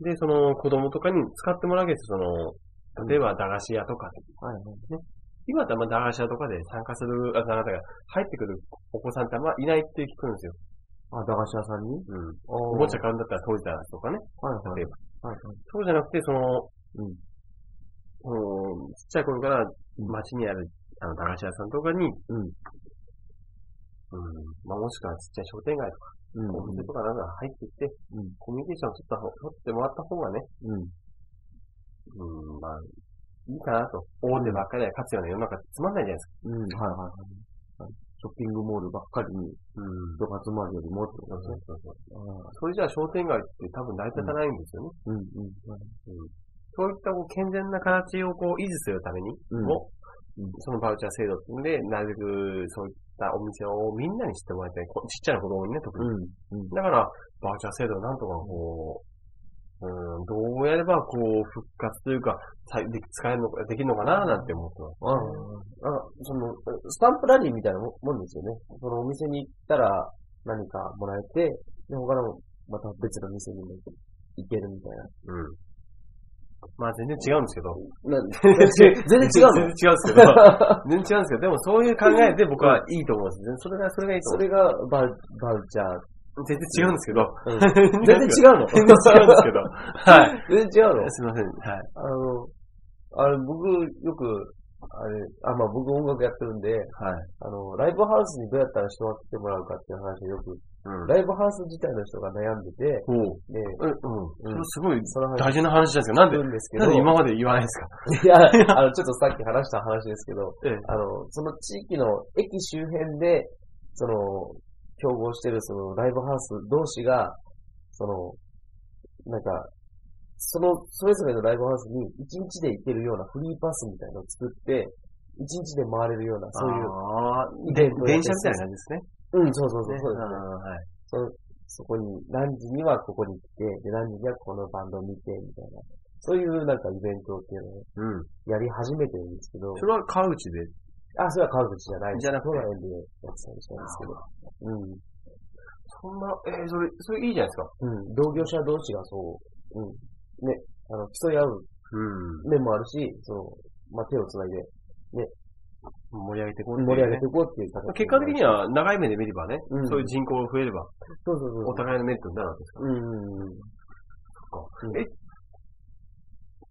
[SPEAKER 3] で、その子供とかに使ってもらうわけですよ。その、例えば駄菓子屋とか、
[SPEAKER 4] はいはい。
[SPEAKER 3] 今ってあんま駄菓子屋とかで参加する、あ、あなたが入ってくるお子さんってあんまいないって聞くんですよ。
[SPEAKER 4] あ、駄菓子屋さんに
[SPEAKER 3] うん。
[SPEAKER 4] お
[SPEAKER 3] おもちゃ買うんだったらトイザらスとかね。
[SPEAKER 4] はいはい。
[SPEAKER 3] 例え
[SPEAKER 4] ば。はい
[SPEAKER 3] そうじゃなくて、その、
[SPEAKER 4] うん
[SPEAKER 3] そのちっちゃい頃から街にある、あの、駄菓子屋さんとかに、
[SPEAKER 4] うん
[SPEAKER 3] うん。まあ、もしくはちっちゃい商店街とか、
[SPEAKER 4] うん
[SPEAKER 3] お店とかなんか入っていって、
[SPEAKER 4] うん
[SPEAKER 3] コミュニケーション取った方、取ってもらった方がね、
[SPEAKER 4] うん。
[SPEAKER 3] うん、まあ、いいかなと。大手ばっかりが勝つような世の中ってつまんないじゃ
[SPEAKER 4] うん。はいはいは
[SPEAKER 3] ないですか。
[SPEAKER 4] い。ショッピングモールばっかりに
[SPEAKER 3] うん。
[SPEAKER 4] 人が集まるよりもってことです
[SPEAKER 3] そ
[SPEAKER 4] ね。
[SPEAKER 3] うそうそう。それじゃあ商店街って多分成り立たないんですよね。
[SPEAKER 4] うんうん。
[SPEAKER 3] そういったこう健全な形をこう維持するために
[SPEAKER 4] うん
[SPEAKER 3] も、
[SPEAKER 4] うん
[SPEAKER 3] そのバウチャー制度っていうので、なるべくそういったお店をみんなに知ってもらいたい。こちっちゃな子供にね、特
[SPEAKER 4] う
[SPEAKER 3] に。
[SPEAKER 4] ん。うん。
[SPEAKER 3] だから、バウチャー制度をなんとかこう、うん、どうやればこう、復活というか、さで使えるのか、できるのかななんて思ってます。
[SPEAKER 4] あその、スタンプラリーみたいなももんですよね。そのお店に行ったら何かもらえて、で、他のまた別の店にも行けるみたい
[SPEAKER 3] うん。まあ全然違うんですけど。
[SPEAKER 4] な。な全 然違うの
[SPEAKER 3] 全然違うんです けど。全然違うんですけど、でもそういう考えで僕はいいと思うんです。それが、そ れがいいと
[SPEAKER 4] そ
[SPEAKER 3] 思う
[SPEAKER 4] れがバウバウチャー。
[SPEAKER 3] 全然違うんですけど。
[SPEAKER 4] 全然違うの
[SPEAKER 3] 全然違うんですけど。 はい。
[SPEAKER 4] 全然違うの
[SPEAKER 3] すいません。はい。
[SPEAKER 4] あの、あれ、僕、よく、あれ、あ、まあ僕音楽やってるんで、
[SPEAKER 3] はい。
[SPEAKER 4] あの、ライブハウスにどうやったら人が来てもらうかっていう話をよく、
[SPEAKER 3] うん。
[SPEAKER 4] ライブハウス自体の人が悩んでて、
[SPEAKER 3] ほう。
[SPEAKER 4] で、
[SPEAKER 3] え、うん。それすごい
[SPEAKER 4] その話
[SPEAKER 3] 大事な話じゃない
[SPEAKER 4] す
[SPEAKER 3] です
[SPEAKER 4] るんですけ
[SPEAKER 3] か。なんで、なん
[SPEAKER 4] ど、
[SPEAKER 3] で今まで言わないんですか
[SPEAKER 4] いや、あの、ちょっとさっき話した話ですけど、
[SPEAKER 3] ええ。
[SPEAKER 4] あの、その地域の駅周辺で、その、競合してるそのライブハウス同士が、その、なんか、その、それぞれのライブハウスに1日で行けるようなフリーパスみたいなのを作って、1日で回れるような、そういう、イベント
[SPEAKER 3] ああ、
[SPEAKER 4] をやって
[SPEAKER 3] 電車みたいな感じですね。
[SPEAKER 4] うん、そうそうそう、
[SPEAKER 3] ね
[SPEAKER 4] そうですね。
[SPEAKER 3] ああはい。
[SPEAKER 4] そのそこに、何時にはここに来て、で、何時にはこのバンドを見て、みたいな。そういうなんかイベントっていうのを
[SPEAKER 3] うん。
[SPEAKER 4] やり始めてるんですけど。
[SPEAKER 3] それは川口で。
[SPEAKER 4] あ、それは川口じゃない。
[SPEAKER 3] じゃなくて
[SPEAKER 4] 都内でやってたりしたんですけど。うん。
[SPEAKER 3] そんな、えー、それ、それいいじゃないですか。
[SPEAKER 4] うん。同業者同士がそう、うん。ね、あの、競い合う
[SPEAKER 3] うん。
[SPEAKER 4] 面もあるし、その、まあ、手を繋いで
[SPEAKER 3] 盛り上げてこうっていうね
[SPEAKER 4] 盛り上げていこうっていう形、
[SPEAKER 3] 結果的に、は長い目で見ればね、
[SPEAKER 4] うん
[SPEAKER 3] そういう人口が増えれば、
[SPEAKER 4] そうそうそう。
[SPEAKER 3] お互いのメリットになるわけですか
[SPEAKER 4] うんうんうん。
[SPEAKER 3] ら。え、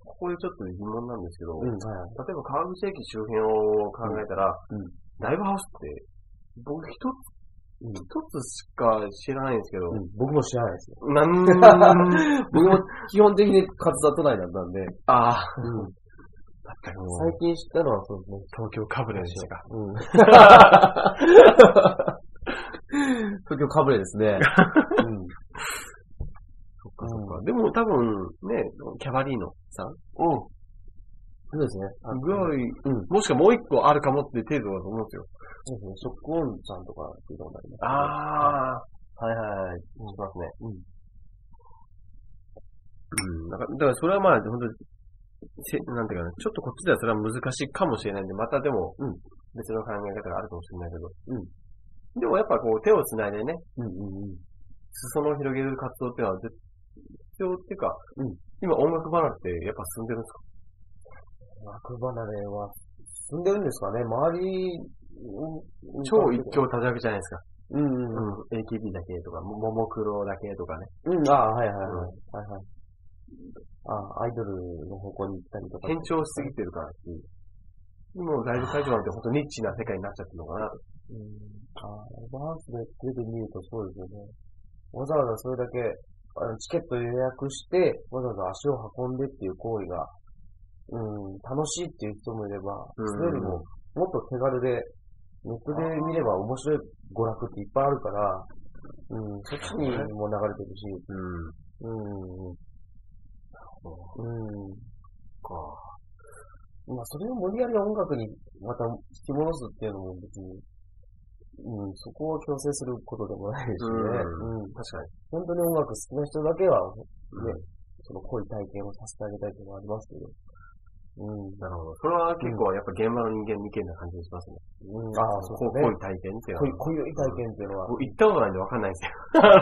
[SPEAKER 3] ここでちょっと疑問なんですけど、
[SPEAKER 4] うん、
[SPEAKER 3] 例え
[SPEAKER 4] はい。
[SPEAKER 3] ば川口駅周辺を考えたら、
[SPEAKER 4] うんうん
[SPEAKER 3] ライブハウスって、僕一
[SPEAKER 4] うん
[SPEAKER 3] つ、一つしか知らないんですけど、
[SPEAKER 4] うん、僕も知らないですよ。
[SPEAKER 3] なん、
[SPEAKER 4] 僕も基本的に活動都内だったんで、
[SPEAKER 3] ああ、
[SPEAKER 4] うん、
[SPEAKER 3] だった の
[SPEAKER 4] 最近知ったのはそうですね。
[SPEAKER 3] 東京かぶれでしたか。
[SPEAKER 4] うん。東京かぶれですね。うん。
[SPEAKER 3] そっかそっか。でも多分、ね、キャバリーノさんを、
[SPEAKER 4] そうですね。あ
[SPEAKER 3] ぐらい、
[SPEAKER 4] うん
[SPEAKER 3] もしかもう一個あるかもって程度だと思うんですよ。
[SPEAKER 4] そうですね。ショックオンさんとかっていうのもあります、
[SPEAKER 3] ああ、はいはいはい。しますね。
[SPEAKER 4] うん
[SPEAKER 3] うん。だから、だからそれはまあ、本当に、せなんていうかな、ちょっとこっちではそれは難しいかもしれないんで、またでも、
[SPEAKER 4] うん
[SPEAKER 3] 別の考え方があるかもしれないけど、
[SPEAKER 4] う
[SPEAKER 3] でもやっぱこう、手をつないでね、
[SPEAKER 4] うんうんうん。
[SPEAKER 3] 裾野を広げる活動っていうのは絶、必要っていうか、
[SPEAKER 4] うん
[SPEAKER 3] 今音楽離れってやっぱ進んでるんですか
[SPEAKER 4] 枠離れは進んでるんですかね周り、うん
[SPEAKER 3] 超一強立ち上げじゃないですか。
[SPEAKER 4] うんうんうん。
[SPEAKER 3] うん。AKB だけとか、もももクロだけとかね。
[SPEAKER 4] うん、ああ、はいはいはい。
[SPEAKER 3] うん
[SPEAKER 4] はいはい。あアイドルの方向に行ったりとか。
[SPEAKER 3] 変調しすぎてるからし、今のライブ会場なんて本当ニッチな世界になっちゃってるのかなと。
[SPEAKER 4] うん。ああ、ライブハウスで出てみるとそうですよね。わざわざそれだけ、あのチケット予約して、わざわざ足を運んでっていう行為が、うん、楽しいっていう人もいれば、
[SPEAKER 3] うん
[SPEAKER 4] それよりも、もっと手軽で、ネットで見れば面白い娯楽っていっぱいあるから、うん、そっちにも流れてるし、
[SPEAKER 3] うん。
[SPEAKER 4] うん、うん、
[SPEAKER 3] か。
[SPEAKER 4] まあ、それを無理やり音楽にまた引き戻すっていうのも別に、うん、そこを強制することでもないですよね。
[SPEAKER 3] う
[SPEAKER 4] うん。
[SPEAKER 3] 確かに。
[SPEAKER 4] 本当に音楽好きな人だけは、ね、
[SPEAKER 3] うん
[SPEAKER 4] その濃い体験をさせてあげたいっていうのはありますけど。うん。
[SPEAKER 3] なるほど。それは結構やっぱ現場の人間に意見な感じがしますね。
[SPEAKER 4] うん、ああ、そう
[SPEAKER 3] こう
[SPEAKER 4] です
[SPEAKER 3] こうい
[SPEAKER 4] ね
[SPEAKER 3] う。体験っ
[SPEAKER 4] 濃い、
[SPEAKER 3] ていうのは。
[SPEAKER 4] 濃い体験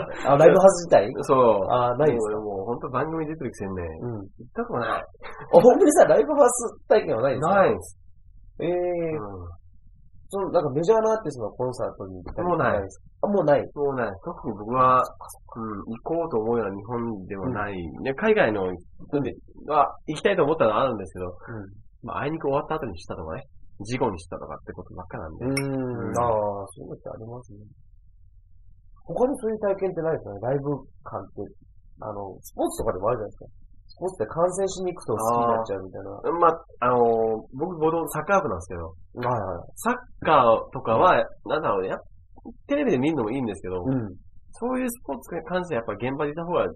[SPEAKER 4] っていうのは。
[SPEAKER 3] 僕行ったこと
[SPEAKER 4] あ、ライ
[SPEAKER 3] ないんでわかんないんですよ。
[SPEAKER 4] ブハウス自体
[SPEAKER 3] そう。
[SPEAKER 4] ああ、ないですか。
[SPEAKER 3] もう本当番組出てるくせにね、
[SPEAKER 4] うん。あ、
[SPEAKER 3] 行ったことない。
[SPEAKER 4] 本当にさ、ライブハウス体験はないですか
[SPEAKER 3] ないです。
[SPEAKER 4] ええ
[SPEAKER 3] うん。
[SPEAKER 4] その、なんかメジャーなアーティストのコンサートに行ったりとか
[SPEAKER 3] もうない
[SPEAKER 4] ですかあ、もうない。
[SPEAKER 3] そうね、特に僕は、うん、行こうと思うような日本ではない。ね海外の人では行きたいと思ったのはあるんですけど、
[SPEAKER 4] うん。
[SPEAKER 3] まあ、あいにく終わった後にしたとかね、事故にしたとかってことばっかなんで。
[SPEAKER 4] うーん。
[SPEAKER 3] うん
[SPEAKER 4] ああ、そういうのってありますね。他にそういう体験ってないですかねライブ感って。あの、スポーツとかでもあるじゃないですか。スポーツって観戦しに行くと好きになっちゃうみたいな。
[SPEAKER 3] まあ、あのー僕、ボードサッカー部なんですけど、
[SPEAKER 4] はいは
[SPEAKER 3] サッカーとかは、なんだろうね、やっテレビで見るのもいいんですけど、
[SPEAKER 4] い。うん。
[SPEAKER 3] そういうスポーツに関してはやっぱ現場でいた方が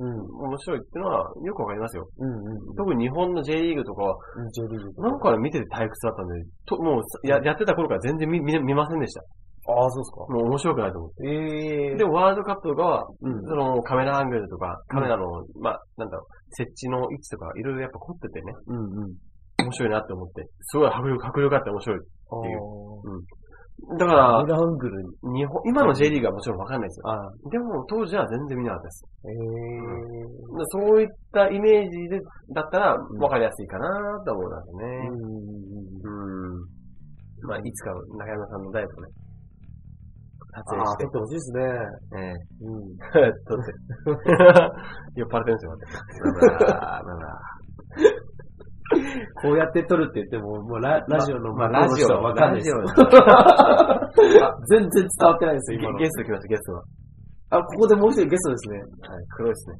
[SPEAKER 4] うん。
[SPEAKER 3] 面白いっていうのはよくわかりますよ。
[SPEAKER 4] うん。うん。
[SPEAKER 3] 特に日本の J リーグとかは、
[SPEAKER 4] うん。J リーグと
[SPEAKER 3] なんか見てて退屈だったんで、ともうややってた頃から全然見見見ませんでした。
[SPEAKER 4] ああ、そうですか。
[SPEAKER 3] もう面白くないと思って。
[SPEAKER 4] ええ
[SPEAKER 3] でもワールドカップが、
[SPEAKER 4] うん
[SPEAKER 3] そのカメラアングルとか、カメラの、まあ、なんだろう、設置の位置とか、いろいろやっぱ凝っててね、
[SPEAKER 4] うんうん。
[SPEAKER 3] 面白いなって思って、すごい迫力、迫力あって面白い。
[SPEAKER 4] あ
[SPEAKER 3] って
[SPEAKER 4] あ。
[SPEAKER 3] いうだ
[SPEAKER 4] カ
[SPEAKER 3] から
[SPEAKER 4] メ、ラアングルに。
[SPEAKER 3] 日本、今の J リーグはもちろんわかんないですよ。
[SPEAKER 4] ああ。
[SPEAKER 3] でも、当時は全然見なかったです。
[SPEAKER 4] ええ
[SPEAKER 3] だからそういったイメージで、だったら、わかりやすいかなと思うんですね。
[SPEAKER 4] うんうんうん。
[SPEAKER 3] うん。まあ、いつか中山さんのダイエットね、撮影
[SPEAKER 4] ああ、
[SPEAKER 3] して
[SPEAKER 4] 撮っ、てほしいですね。
[SPEAKER 3] ええ
[SPEAKER 4] うん。
[SPEAKER 3] 撮って。酔っ払ってるんですよ、待って。
[SPEAKER 4] こうやって撮るって言っても、もうララジオの、
[SPEAKER 3] まあ、ラジオ
[SPEAKER 4] はわかんないですよ。 全然伝わってないですよ、今の
[SPEAKER 3] ゲ。スト来ました、ゲストは。
[SPEAKER 4] あ、ここでもう一人ゲストですね。
[SPEAKER 3] はい、黒いですね。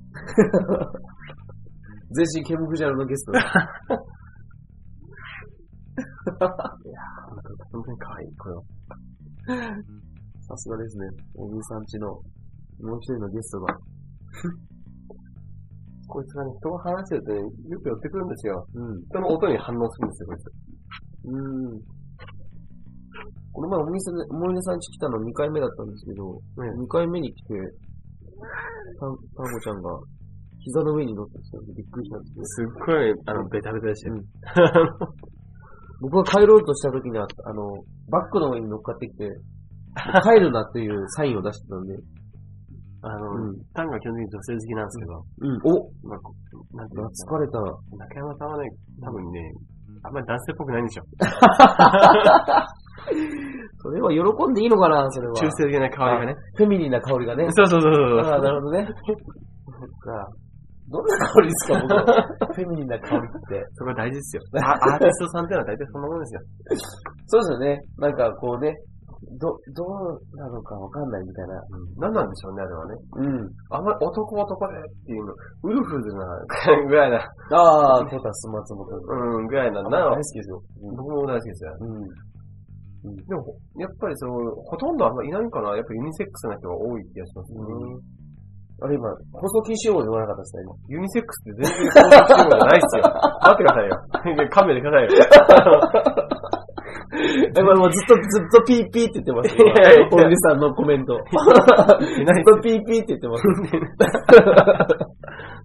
[SPEAKER 4] 全身ケムクジャルのゲストです。
[SPEAKER 3] 本当に可愛い、これは。
[SPEAKER 4] さすがですね。おぎさんちの、もう一人のゲストが。
[SPEAKER 3] こいつがね、人が話してるとね、よく寄ってくるんですよ。
[SPEAKER 4] うん。
[SPEAKER 3] 人の音に反応するんですよ、こい
[SPEAKER 4] う
[SPEAKER 3] つ。
[SPEAKER 4] ん。この前、お店で、思い出さんち来たの2回目だったんですけど、
[SPEAKER 3] ええ
[SPEAKER 4] 2回目に来て、た、たんごちゃんが、膝の上に乗ってきたんでびっくりしたんですけど、
[SPEAKER 3] すっごい、あの、ベタベタでしたよ。
[SPEAKER 4] 僕が帰ろうとした時にあ、あの、バッグの上に乗っかってきて、帰るなっていうサインを出してたんで、
[SPEAKER 3] あの、
[SPEAKER 4] うん
[SPEAKER 3] タンが基本的に女性好きなんですけど、
[SPEAKER 4] うん、お
[SPEAKER 3] まあ、こなんていうの
[SPEAKER 4] 疲れた。
[SPEAKER 3] 中山さんはね、多分ね、あんまり男性っぽくないんでしょ。
[SPEAKER 4] それは喜んでいいのかな、それは。
[SPEAKER 3] 中性的な香りがね。
[SPEAKER 4] フェミニンな香りがね。
[SPEAKER 3] そうそうそう
[SPEAKER 4] あ
[SPEAKER 3] そう。
[SPEAKER 4] あ、なるほどね。 そっか。どんな香りですか、 僕。フェミニンな香りって。
[SPEAKER 3] そこは大 事ですよ。あアーティストさんっていうのは大体そんなもんですよ。
[SPEAKER 4] そうですよね。なんかこうね、ど、どうなのかわかんないみたいな。
[SPEAKER 3] 何なんでしょうね、あれはね。
[SPEAKER 4] うん。
[SPEAKER 3] あんまり男男でっていうの、ウルフ ルなぐらいな、
[SPEAKER 4] ああ、コタス松本。
[SPEAKER 3] うん、ぐらいな、な
[SPEAKER 4] 大
[SPEAKER 3] の
[SPEAKER 4] 好きですよ。
[SPEAKER 3] 僕も大好きですよ。
[SPEAKER 4] うん。
[SPEAKER 3] でも、やっぱりその、ほとんどあんまりいないから、やっぱユニセックスな人が多い気がしますね。
[SPEAKER 4] うんあれ今、放送禁止用語で言わなかったですね、今。
[SPEAKER 3] ユニセックスって全然公式用語じゃないっ すよ。待ってくださいよ。いや勘弁してくださいよ。
[SPEAKER 4] え、これもうずっと、ずっとピーピーって言ってます。今
[SPEAKER 3] いやいや
[SPEAKER 4] おじさんのコメ ント。ずっとピーピーって言ってます。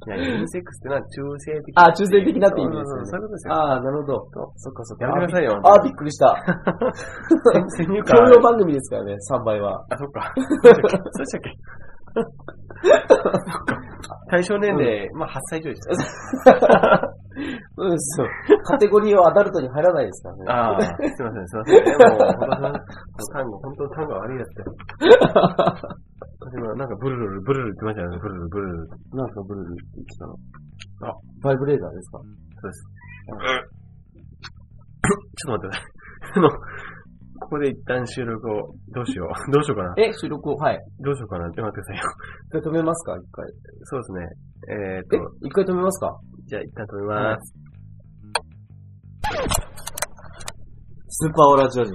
[SPEAKER 3] いやユニセックスってのは中性的。
[SPEAKER 4] あ、中性的なって意味です
[SPEAKER 3] そうそうそうそうい
[SPEAKER 4] よ
[SPEAKER 3] う
[SPEAKER 4] ね
[SPEAKER 3] ことです。よ。
[SPEAKER 4] ああ、なるほど。そっかそっか。
[SPEAKER 3] やめてくださいよ
[SPEAKER 4] あー、びっくり した。
[SPEAKER 3] 先入
[SPEAKER 4] 教
[SPEAKER 3] 観
[SPEAKER 4] 養番組ですからね、3倍は。
[SPEAKER 3] あ、そっか。そうでしたっけそうでしたっけ そっか。対象年齢、まあ8歳以上でしたね。
[SPEAKER 4] そうですよ。カテゴリーはアダルトに入らないですからね。
[SPEAKER 3] ああ、すいません、すいませんね。もう、本当に、単語、本当に単語悪いやつだよ。 今、なんかブルルル、ブルルって言ってましたよね。ブルルル、ブルルル。
[SPEAKER 4] なんかブルルって言ってたの。
[SPEAKER 3] あ、
[SPEAKER 4] バイブレーダーですか
[SPEAKER 3] そうです。ちょっと待ってください。あの、ここで一旦収録を、どうしよう。どうしようかな。
[SPEAKER 4] え、収録を、はい。
[SPEAKER 3] どうしようかな。ちょっと待ってくださいよ。
[SPEAKER 4] 一回止めますか一回。
[SPEAKER 3] そうですね。えーっ
[SPEAKER 4] え
[SPEAKER 3] と、
[SPEAKER 4] 一回止めますか
[SPEAKER 3] じゃあ一旦止めます。
[SPEAKER 4] スーパーオーラジオ人。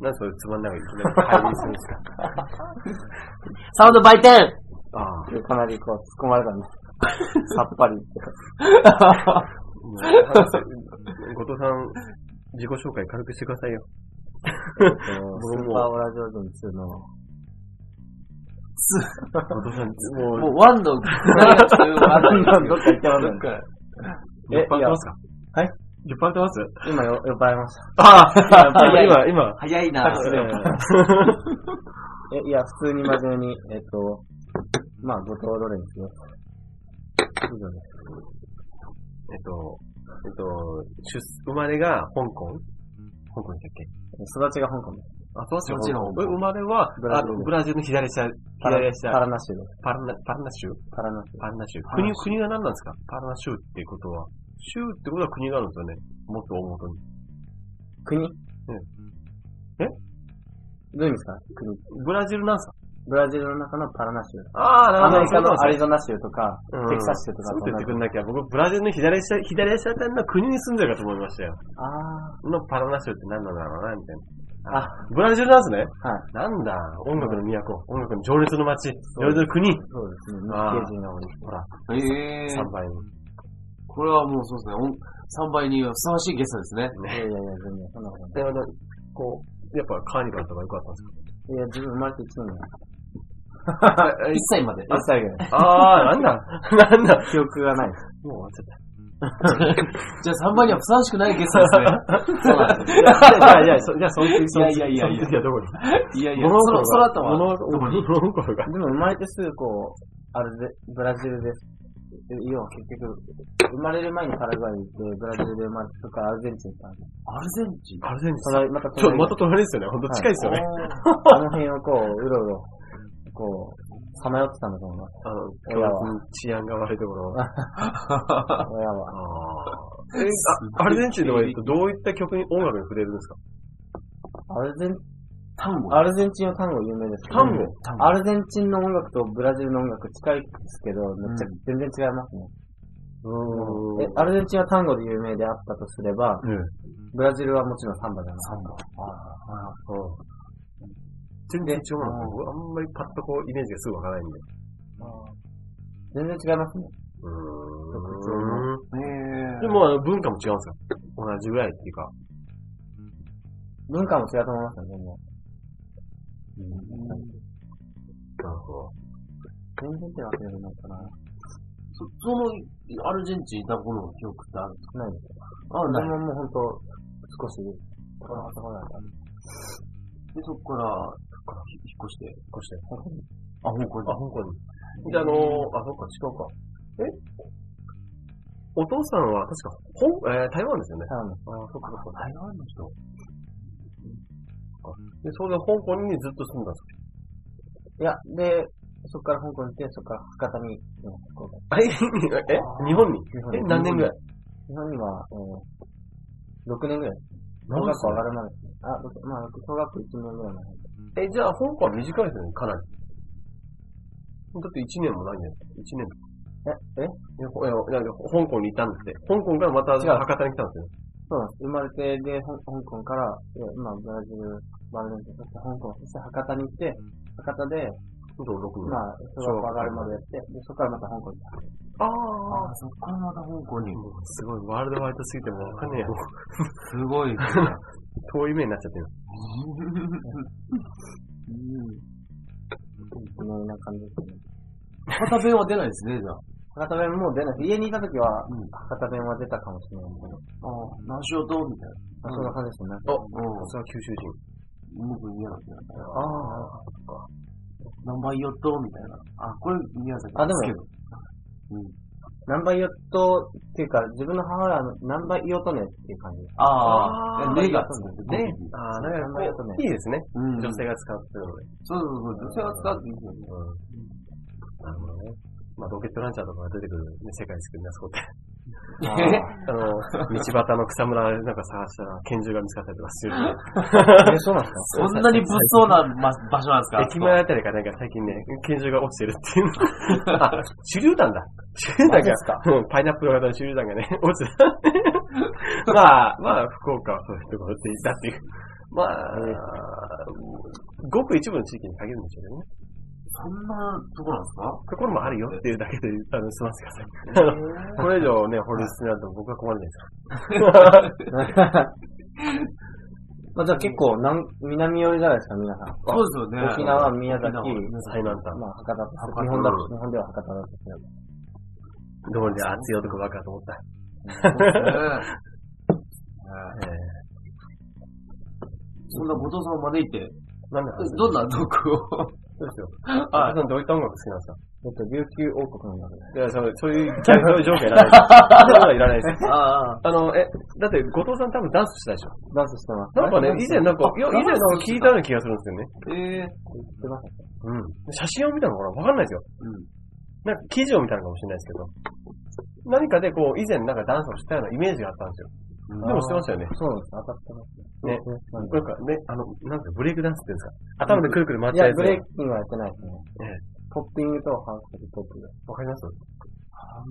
[SPEAKER 3] なんでそれつまんないの入りするんですか。
[SPEAKER 4] サウンド売店
[SPEAKER 3] ああ。
[SPEAKER 4] かなりこう、突っ込まれたね。 さっぱり。
[SPEAKER 3] もう話せ後藤さん、自己紹介軽くしてくださいよ。
[SPEAKER 4] スー
[SPEAKER 3] 僕も
[SPEAKER 4] オーラジオ人2の。
[SPEAKER 3] 後藤さん、もう、
[SPEAKER 4] もう、ワンの、どっか行ってま
[SPEAKER 3] どっ
[SPEAKER 4] す
[SPEAKER 3] か、
[SPEAKER 4] え
[SPEAKER 3] 酔っ払ってますか
[SPEAKER 4] はい
[SPEAKER 3] 酔っ払ってます
[SPEAKER 4] 今よ、酔っ払いました。
[SPEAKER 3] ああ
[SPEAKER 4] 早い
[SPEAKER 3] 今、今。
[SPEAKER 4] 早いな え、いや、普通に真面目に、えっと、まあ、後藤ロレンスね。
[SPEAKER 3] えっと、えっと、出、生まれが香港香港でしたっ
[SPEAKER 4] 育ち
[SPEAKER 3] け
[SPEAKER 4] が香港です。
[SPEAKER 3] あ、そう
[SPEAKER 4] もちろん
[SPEAKER 3] え生まれは、
[SPEAKER 4] ブラジル
[SPEAKER 3] あのブラジルの左下、
[SPEAKER 4] パラ
[SPEAKER 3] 左下、
[SPEAKER 4] パラナ州です。
[SPEAKER 3] パラナ、パラナ州
[SPEAKER 4] パラナ州。
[SPEAKER 3] パラナ州。
[SPEAKER 4] パラナ
[SPEAKER 3] 国、
[SPEAKER 4] 州
[SPEAKER 3] 国は何なんですかパラナ州っていうことは。州ってことは国があるんですよね。もっと大元に。
[SPEAKER 4] 国
[SPEAKER 3] え
[SPEAKER 4] どういう意味ですか国。
[SPEAKER 3] ブラジルなんですか
[SPEAKER 4] ブラジルの中のパラナ州。
[SPEAKER 3] ああ、
[SPEAKER 4] アメリカの
[SPEAKER 3] そ
[SPEAKER 4] ア
[SPEAKER 3] ういう
[SPEAKER 4] リゾナ州とか、
[SPEAKER 3] ことなんで
[SPEAKER 4] テキ
[SPEAKER 3] すね
[SPEAKER 4] サス州とか
[SPEAKER 3] うんそ
[SPEAKER 4] そ
[SPEAKER 3] う
[SPEAKER 4] ん
[SPEAKER 3] 言っ
[SPEAKER 4] な
[SPEAKER 3] てくんなきゃ、僕、ブラジルの左下、左下辺の国に住んでるかと思いましたよ。
[SPEAKER 4] あ
[SPEAKER 3] のパラナ州って何なんだろうな、みたいな。
[SPEAKER 4] あ、
[SPEAKER 3] ブラジルなんですね。
[SPEAKER 4] ー。はい。
[SPEAKER 3] なんだ、音楽の都、音楽の情熱の街、情熱の国。
[SPEAKER 4] そうですね。日
[SPEAKER 3] あー
[SPEAKER 4] 系人が多い。
[SPEAKER 3] ほら、
[SPEAKER 5] ええ
[SPEAKER 3] 3倍に。
[SPEAKER 5] これはもうそうですね。3倍にふさわしいゲストですね。
[SPEAKER 4] いやいやいや、全然、そんなことない。
[SPEAKER 3] で、あの、こう、やっぱカーニバルとか良かったんですか
[SPEAKER 6] いや、自分生まれて一年。
[SPEAKER 4] え
[SPEAKER 6] 一歳まで。一 歳ぐらい。
[SPEAKER 3] あー、なんだ なんだ
[SPEAKER 6] 記憶がない。
[SPEAKER 3] もう終わっちゃった。
[SPEAKER 4] じゃあ3番にはふさわしくないゲスト ですね。そうなんで
[SPEAKER 3] いやいや、そじゃあ、その時、その時
[SPEAKER 4] いやいやいやいや
[SPEAKER 3] その時はどこに
[SPEAKER 4] す。いやいや、
[SPEAKER 3] 物
[SPEAKER 4] その
[SPEAKER 3] 心が、
[SPEAKER 4] その後は。
[SPEAKER 3] 物心物心が。
[SPEAKER 6] でも生まれてすぐこう、あれで、ブラジルで、要は結局、生まれる前にパラグアイに行って、ブラジルで生まれて、そこからアルゼンチン行ったんで
[SPEAKER 4] アルゼンチン
[SPEAKER 3] アルゼンチン。
[SPEAKER 6] 隣ま
[SPEAKER 3] ちょ、
[SPEAKER 6] た隣
[SPEAKER 3] また隣ですよね。ほんと近いですよね。
[SPEAKER 6] あの辺をこう、うろうろ、こう、さまよってたんだと思います。
[SPEAKER 3] あの、
[SPEAKER 6] 親は
[SPEAKER 3] 強烈に治安が悪いところ。
[SPEAKER 6] 親は。
[SPEAKER 3] えあアルゼンチンの場合、どういった曲に、音楽に触れるんですか
[SPEAKER 6] アルゼン、
[SPEAKER 4] タンゴ。
[SPEAKER 6] アルゼンチンは単語有名ですけど
[SPEAKER 3] タンゴ
[SPEAKER 4] タンゴ
[SPEAKER 6] アルゼンチンの音楽とブラジルの音楽近いですけど、めっちゃ
[SPEAKER 4] うん
[SPEAKER 6] 全然違いますね。
[SPEAKER 3] う
[SPEAKER 6] え、アルゼンチンは単語で有名であったとすれば、
[SPEAKER 3] うん。
[SPEAKER 6] ブラジルはもちろんサンバじゃない。サンバ。
[SPEAKER 3] 全然違うの。僕あんまりパッとこう、イメージがすぐわからないんで。
[SPEAKER 6] 全然違いますね。
[SPEAKER 3] うーん。
[SPEAKER 4] えー
[SPEAKER 3] でも、あの文化も違うんですよ。同じぐらいっていうか。
[SPEAKER 6] 文化も違うと思いますね、全然。
[SPEAKER 3] なるほど。
[SPEAKER 6] 全然ってわけじゃないかな。
[SPEAKER 4] そその、アルゼンチンいた頃の記憶ってある
[SPEAKER 6] ないです。
[SPEAKER 4] あ、
[SPEAKER 6] で
[SPEAKER 4] ない。
[SPEAKER 6] ももうほんと、少し、この頭なんか。
[SPEAKER 4] で、そこから、ひ引っ越して。
[SPEAKER 3] こうして。
[SPEAKER 4] あ、香港
[SPEAKER 3] あ、香港に。で、あのー、あ、そっか、違うか。えお父さんは、確か、ほん、えー台湾ですよね。
[SPEAKER 6] 多分、
[SPEAKER 3] あ、そっか、そっか。
[SPEAKER 4] 台湾の人。
[SPEAKER 3] で、それで香港にずっと住んだんです
[SPEAKER 6] いや、で、そこから香港に行って、そこから博多に、うんこう
[SPEAKER 3] かええ日本に
[SPEAKER 6] 日本
[SPEAKER 3] え
[SPEAKER 6] に、
[SPEAKER 3] 何年ぐらい
[SPEAKER 6] 日本には、えー、6年ぐらい。小学校上がるまで。あ、ろくまあ、小学校1年ぐらいまで。
[SPEAKER 3] え、じゃあ、香港は短いですよね、かなり。だって1年もないんじゃないですか。1年とか。
[SPEAKER 6] え、え
[SPEAKER 3] いやほいやいや、香港にいたんですって。香港からまた
[SPEAKER 6] 違う
[SPEAKER 3] 博多に来たんですよね。
[SPEAKER 6] そうなんです。生まれて、で、ほん香港から、え今、ブラジル、バルデンテ、そして香港、そして博多に行って、博多で、
[SPEAKER 3] ほんと6年。
[SPEAKER 6] まあ、小学校上がるまでやって、で、そこからまた香港に行っ
[SPEAKER 3] あ
[SPEAKER 4] あ
[SPEAKER 3] あ
[SPEAKER 4] あ、そこからまた香港に。
[SPEAKER 3] もうすごい、ワールドワイドすぎてもうわかんねえや。
[SPEAKER 4] すごい。
[SPEAKER 3] 遠い目になっちゃってる。
[SPEAKER 6] て、このような感じですね。
[SPEAKER 4] 博多弁は出ないですね、じゃあ。
[SPEAKER 6] 博多弁もう出ない。家にいた時は
[SPEAKER 4] うん、
[SPEAKER 6] 博多弁は出たかもしれないけど、
[SPEAKER 4] ああ、何しようとみたい
[SPEAKER 6] まあそんな感じですね。
[SPEAKER 4] な。
[SPEAKER 3] あ、
[SPEAKER 4] うん。
[SPEAKER 3] さすが九州人。
[SPEAKER 4] 僕嫌なんだよ。
[SPEAKER 6] ああ。
[SPEAKER 4] 何倍よっとみたいな。あ、これ宮崎
[SPEAKER 6] あでも
[SPEAKER 4] ですけど。
[SPEAKER 6] 何倍よっと、っていうか、自分の母親の何倍よとねっていう感 じ。
[SPEAKER 4] ああ、
[SPEAKER 6] ー
[SPEAKER 4] 目がつくて
[SPEAKER 3] ね
[SPEAKER 4] ね。。
[SPEAKER 3] ああ、だ
[SPEAKER 6] だ
[SPEAKER 3] か
[SPEAKER 6] からら
[SPEAKER 3] こ
[SPEAKER 6] こ
[SPEAKER 3] う
[SPEAKER 6] う、
[SPEAKER 3] いいですね。
[SPEAKER 4] うん。
[SPEAKER 3] 女
[SPEAKER 4] そう
[SPEAKER 3] 性が使ってるので。
[SPEAKER 4] そうそう、女性は使っていいですよね。
[SPEAKER 3] なるほどね。まあ、ロケットランチャーとかが出てくるね、世界救いなそう って。
[SPEAKER 6] あ
[SPEAKER 4] え
[SPEAKER 3] あの、道端の草むらなんか探したら拳銃が見つかったりとかする。
[SPEAKER 6] え、そうなんですか
[SPEAKER 4] そんなに物騒なま場所なんで すか
[SPEAKER 3] 駅前あたりかなんか最近ね、拳銃が落ちてるって いう。あ、手榴弾だ。手榴弾
[SPEAKER 6] マジ
[SPEAKER 3] が
[SPEAKER 6] っすか、
[SPEAKER 3] うんパイナップル型の手榴弾がね、落ちて た。まあ、まあ、福岡はそういうところでいたっていう。まあ、ごく一部の地域に限るんでしょうけどね。
[SPEAKER 4] そんなとこなんですか
[SPEAKER 3] ところもあるよっていうだけで、あの、済ませてください。あのこれ以上ね、掘り進められても僕は困るんです
[SPEAKER 6] まあじゃあ結構南、南寄りじゃないですか、皆さん。
[SPEAKER 4] そうですよね。
[SPEAKER 6] 沖縄、宮崎、
[SPEAKER 4] 沖縄
[SPEAKER 3] よ。最南端。
[SPEAKER 6] まあ博多として
[SPEAKER 4] 博多
[SPEAKER 6] 日本だと、日本では博多だとして
[SPEAKER 3] どうりで熱い男ばっかと思った。
[SPEAKER 4] ね
[SPEAKER 3] ええ
[SPEAKER 4] そんな後藤さんを招いて、
[SPEAKER 3] なんで話
[SPEAKER 4] どんなトークを。
[SPEAKER 3] そうですよ。
[SPEAKER 4] は
[SPEAKER 3] あ、どういった音楽好きなんですか
[SPEAKER 6] えっと、琉球王国なんだけ
[SPEAKER 3] い
[SPEAKER 6] ど。
[SPEAKER 3] や、そうそういう、そういう条件いらないです。そういうのはいらないです。
[SPEAKER 4] い。ああ。
[SPEAKER 3] あの、え、だって、後藤さん多分ダンスしたでしょ
[SPEAKER 6] ダンスしてます。
[SPEAKER 3] なんかね
[SPEAKER 6] ダン、ス
[SPEAKER 3] 以前なんか、いや、以
[SPEAKER 4] ダンス
[SPEAKER 3] 前なんか聞いたような気がするんですよね。
[SPEAKER 4] ええ
[SPEAKER 6] してます。
[SPEAKER 3] うん。写真を見たのかなわかんないですよ。
[SPEAKER 4] うん。
[SPEAKER 3] なんか記事を見たのかもしれないですけど。何かでこう、以前なんかダンスをしたようなイメージがあったんですよ。でもしてましたよね。
[SPEAKER 6] そうなんです。当たってます
[SPEAKER 3] ね。
[SPEAKER 6] なん
[SPEAKER 3] なんかね、あの、なんかブレイクダンスっていうんですか頭でくるくる回っ
[SPEAKER 6] かい
[SPEAKER 3] た
[SPEAKER 6] や
[SPEAKER 3] や、つ。
[SPEAKER 6] ブレイキンはやってないですね
[SPEAKER 3] ええ。
[SPEAKER 6] ポッピングとハウスとポップで。
[SPEAKER 3] わかります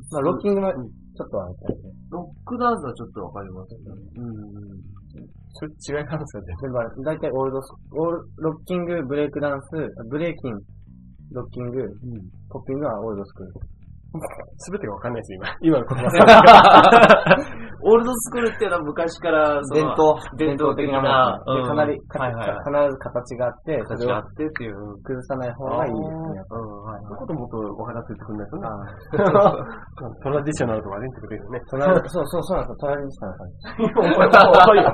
[SPEAKER 6] まあ、ロッキングもちょっとはやってないですね。
[SPEAKER 4] ロックダンスはちょっとわかりますね。うん。
[SPEAKER 3] それ違いがあるんですよね。
[SPEAKER 6] 全部あれ、だいたいオールドス、オール、ロッキング、ブレイクダンス、あブレイキン、ロッキング、ポッピングはオールドスクール。
[SPEAKER 3] すべてがわかんないですよ、今。今の言葉。
[SPEAKER 4] オールドスクールっていうのは昔から、その伝
[SPEAKER 6] 伝統、
[SPEAKER 4] 統的な
[SPEAKER 6] 伝統的なもの
[SPEAKER 4] う
[SPEAKER 6] で
[SPEAKER 4] ん
[SPEAKER 6] か
[SPEAKER 4] は
[SPEAKER 6] な
[SPEAKER 4] はいはい
[SPEAKER 6] いり、必ず形があって、そ
[SPEAKER 4] 形
[SPEAKER 6] れ
[SPEAKER 4] があ
[SPEAKER 6] を
[SPEAKER 4] ってっていう。うん
[SPEAKER 6] 崩さない方がいいですね。
[SPEAKER 4] うんはいはい
[SPEAKER 3] こともっとお話ししてくんないとね。
[SPEAKER 6] あー
[SPEAKER 3] トラディショナルとかね、ってことよね。
[SPEAKER 6] トラそうそうそうなんですよ、トラディショナルなんです。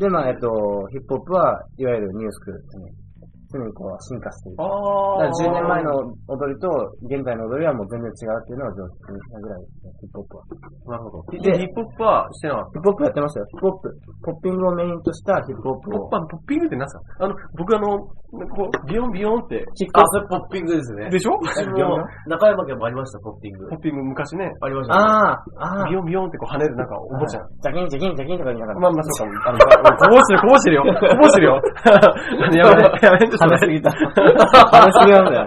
[SPEAKER 6] で、まあ、えっと、ヒップホップはいわゆるニュースクールですね。常にこう進化している。だから10年前の踊りと現在の踊りはもう全然違うっていうのは常識なぐらいですね、ヒップホップ
[SPEAKER 3] な
[SPEAKER 6] は。
[SPEAKER 3] るほど。
[SPEAKER 6] で
[SPEAKER 3] ヒップホップはしてなかっ
[SPEAKER 6] ヒップホップやってましたよ、ヒップホップ。ポッピングをメインとしたヒップホップ
[SPEAKER 3] た。ポッ
[SPEAKER 6] を。
[SPEAKER 3] パン、ポッピングって何すかあの、僕あの、こう、ビヨンビヨンって。
[SPEAKER 4] あ、それポッピングですね。
[SPEAKER 3] でしょ
[SPEAKER 4] 私も中山県もありました、ポッピング。
[SPEAKER 3] ポッピング昔ね、
[SPEAKER 4] ありました。
[SPEAKER 6] ああ、ああ。
[SPEAKER 3] ビヨンビヨンってこう跳ねるなんかおもちゃ。
[SPEAKER 6] ジャキンジャキンジャキンとか言いながら。
[SPEAKER 3] まあまあそうか。あの、こぼしてる、こぼしてるよ。こぼしてるよ。やめて、やめて、ちょっと
[SPEAKER 6] 話しすぎた。話しすぎましたよ。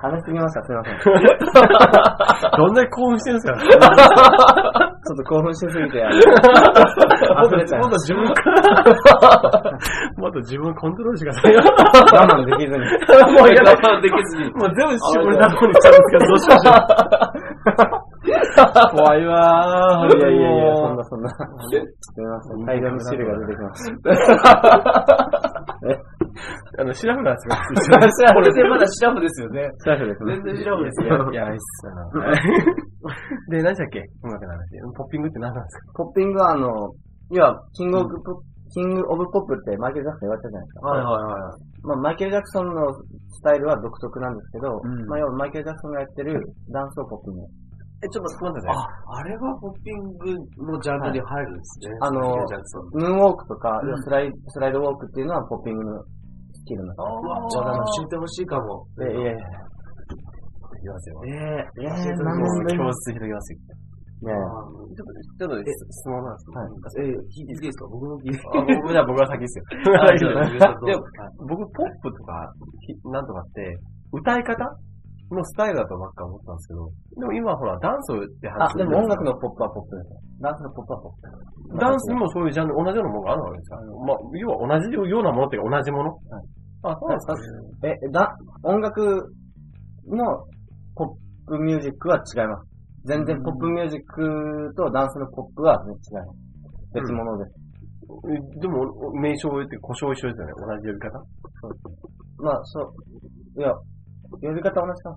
[SPEAKER 6] 話しすぎました、すいません。ちょ
[SPEAKER 3] どんなに興奮してるんですか
[SPEAKER 6] っと興奮しすぎて、 あの溢れちゃい
[SPEAKER 3] ま
[SPEAKER 6] ま
[SPEAKER 3] だ自
[SPEAKER 6] し
[SPEAKER 3] 分から、まだ自分コントロールしてくださいよ。
[SPEAKER 6] た。我慢できずに。
[SPEAKER 3] もうやだ。
[SPEAKER 4] 我慢できずに
[SPEAKER 3] もう全部絞り出そうにしちゃうんですけど、どうしましょう。怖いわ
[SPEAKER 6] いやいやいや、そん
[SPEAKER 3] な。
[SPEAKER 6] なそんな。すいません。大量の汁が出てきました。
[SPEAKER 3] あの、シラフなんですよ。
[SPEAKER 4] これでまだシラフですよね。
[SPEAKER 6] シラフですね
[SPEAKER 4] 全。然シラフです
[SPEAKER 3] い
[SPEAKER 4] よ。
[SPEAKER 3] や、いやいいっすよな。で、何でしたっけ音楽の話。ポッピングって何なんです
[SPEAKER 6] ポッピングはあの、要は、キングオブポップ、キングオブポップってマイケル・ジャクソン言われたじゃないですか。
[SPEAKER 4] はいはいは
[SPEAKER 6] まあ、マイケル・ジャクソンのスタイルは独特なんですけど、
[SPEAKER 4] うん
[SPEAKER 6] まあ、要はマイケル・ジャクソンがやってるダンスをポッピン
[SPEAKER 4] い。
[SPEAKER 6] グ。
[SPEAKER 4] え、ちょっと待ってね。あ、あれはポッピングのジャンルに入るんですね。
[SPEAKER 6] あの
[SPEAKER 4] マイケルジャクソン
[SPEAKER 6] ムーンウォークとか、要はスライスライドウォークっていうのはポッピングのスキルの。
[SPEAKER 4] うわちょっと教えてほしいかも。
[SPEAKER 6] で、いやいや、
[SPEAKER 3] かいきますよ。
[SPEAKER 4] ええ
[SPEAKER 6] いや
[SPEAKER 4] 教えてほしい
[SPEAKER 6] 何年ぶり
[SPEAKER 3] 教室広げますよ。
[SPEAKER 6] いやいや
[SPEAKER 4] あ
[SPEAKER 3] ちょっと質問なんですけど
[SPEAKER 6] はい
[SPEAKER 4] え、聞いていいですか僕も聞いて。
[SPEAKER 3] あ僕じゃあ僕は先ですよ。
[SPEAKER 4] はい
[SPEAKER 3] で
[SPEAKER 4] はいはい
[SPEAKER 3] も僕、ポップとか、ひなんとかって、歌い方のスタイルだとばっか思ったんですけど、でも今ほら、ダンスをって話
[SPEAKER 6] あ、
[SPEAKER 3] す
[SPEAKER 6] で
[SPEAKER 3] る
[SPEAKER 6] も音
[SPEAKER 3] じゃ
[SPEAKER 6] 楽
[SPEAKER 3] ない
[SPEAKER 6] のポップはポップですよ。ダンスのポップはポップ。
[SPEAKER 3] ダンスにもそういうジャンル、同じようなものがあるわけですかまあ、要は同じようなものっていうか同じもの。あ、そうなんですか
[SPEAKER 6] え、だ、音楽のポップミュージックは違います。全然ポップミュージックとダンスのポップは全然違います。別物です。
[SPEAKER 3] えでも、名称を言って故障一緒ですよね。同じ呼び方。
[SPEAKER 6] まあ、そう。いや、呼び方同じなんですよね。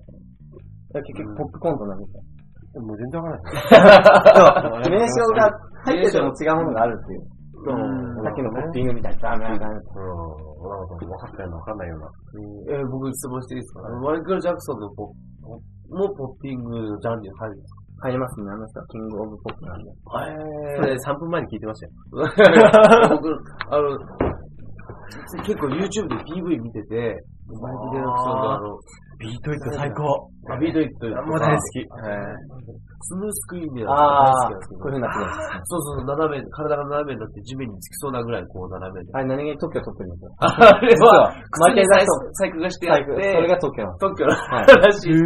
[SPEAKER 6] いや、結局ポップコントなんですよ。
[SPEAKER 3] もう全然わからない。
[SPEAKER 6] 名称が入ってても違うものがあるっていう。
[SPEAKER 3] うん
[SPEAKER 6] さっきのポッピングみたいな。ダメダメダメ。
[SPEAKER 3] うん、なんか分かったような分かんないような。
[SPEAKER 4] えー僕質問していいですかマイケル・ジャクソンのポップもポッピングのジャンルに入るん です
[SPEAKER 6] 入りますね、あの人はキングオブポップなんで。
[SPEAKER 4] か
[SPEAKER 3] それ3分前に聞いてましたよ。
[SPEAKER 4] 僕、あの、結構 YouTube で PV 見てて、マイケル・ジャクソンのあの、
[SPEAKER 3] ビートイット最高。
[SPEAKER 4] アビードイットとか
[SPEAKER 3] もう大好き。
[SPEAKER 4] スムースクイーンで
[SPEAKER 6] あ
[SPEAKER 4] 大好きな
[SPEAKER 6] あ
[SPEAKER 4] ん
[SPEAKER 6] ー
[SPEAKER 4] ですけ、ど
[SPEAKER 6] こういう風になってくるんです。
[SPEAKER 4] そうそうそう、斜め、体が斜めになって地面につきそうなぐらいこう斜めに。
[SPEAKER 6] あれ何気に特許取ってるんですよ。
[SPEAKER 4] あれは、
[SPEAKER 6] マ
[SPEAKER 4] マ
[SPEAKER 6] イ
[SPEAKER 4] イ
[SPEAKER 6] ケ
[SPEAKER 4] ケル・
[SPEAKER 6] ルジャ
[SPEAKER 4] ジャ
[SPEAKER 6] クソン
[SPEAKER 4] 細工がしてあっ
[SPEAKER 6] 最
[SPEAKER 4] て
[SPEAKER 6] 後、そ、れが特許なんです。
[SPEAKER 4] 特許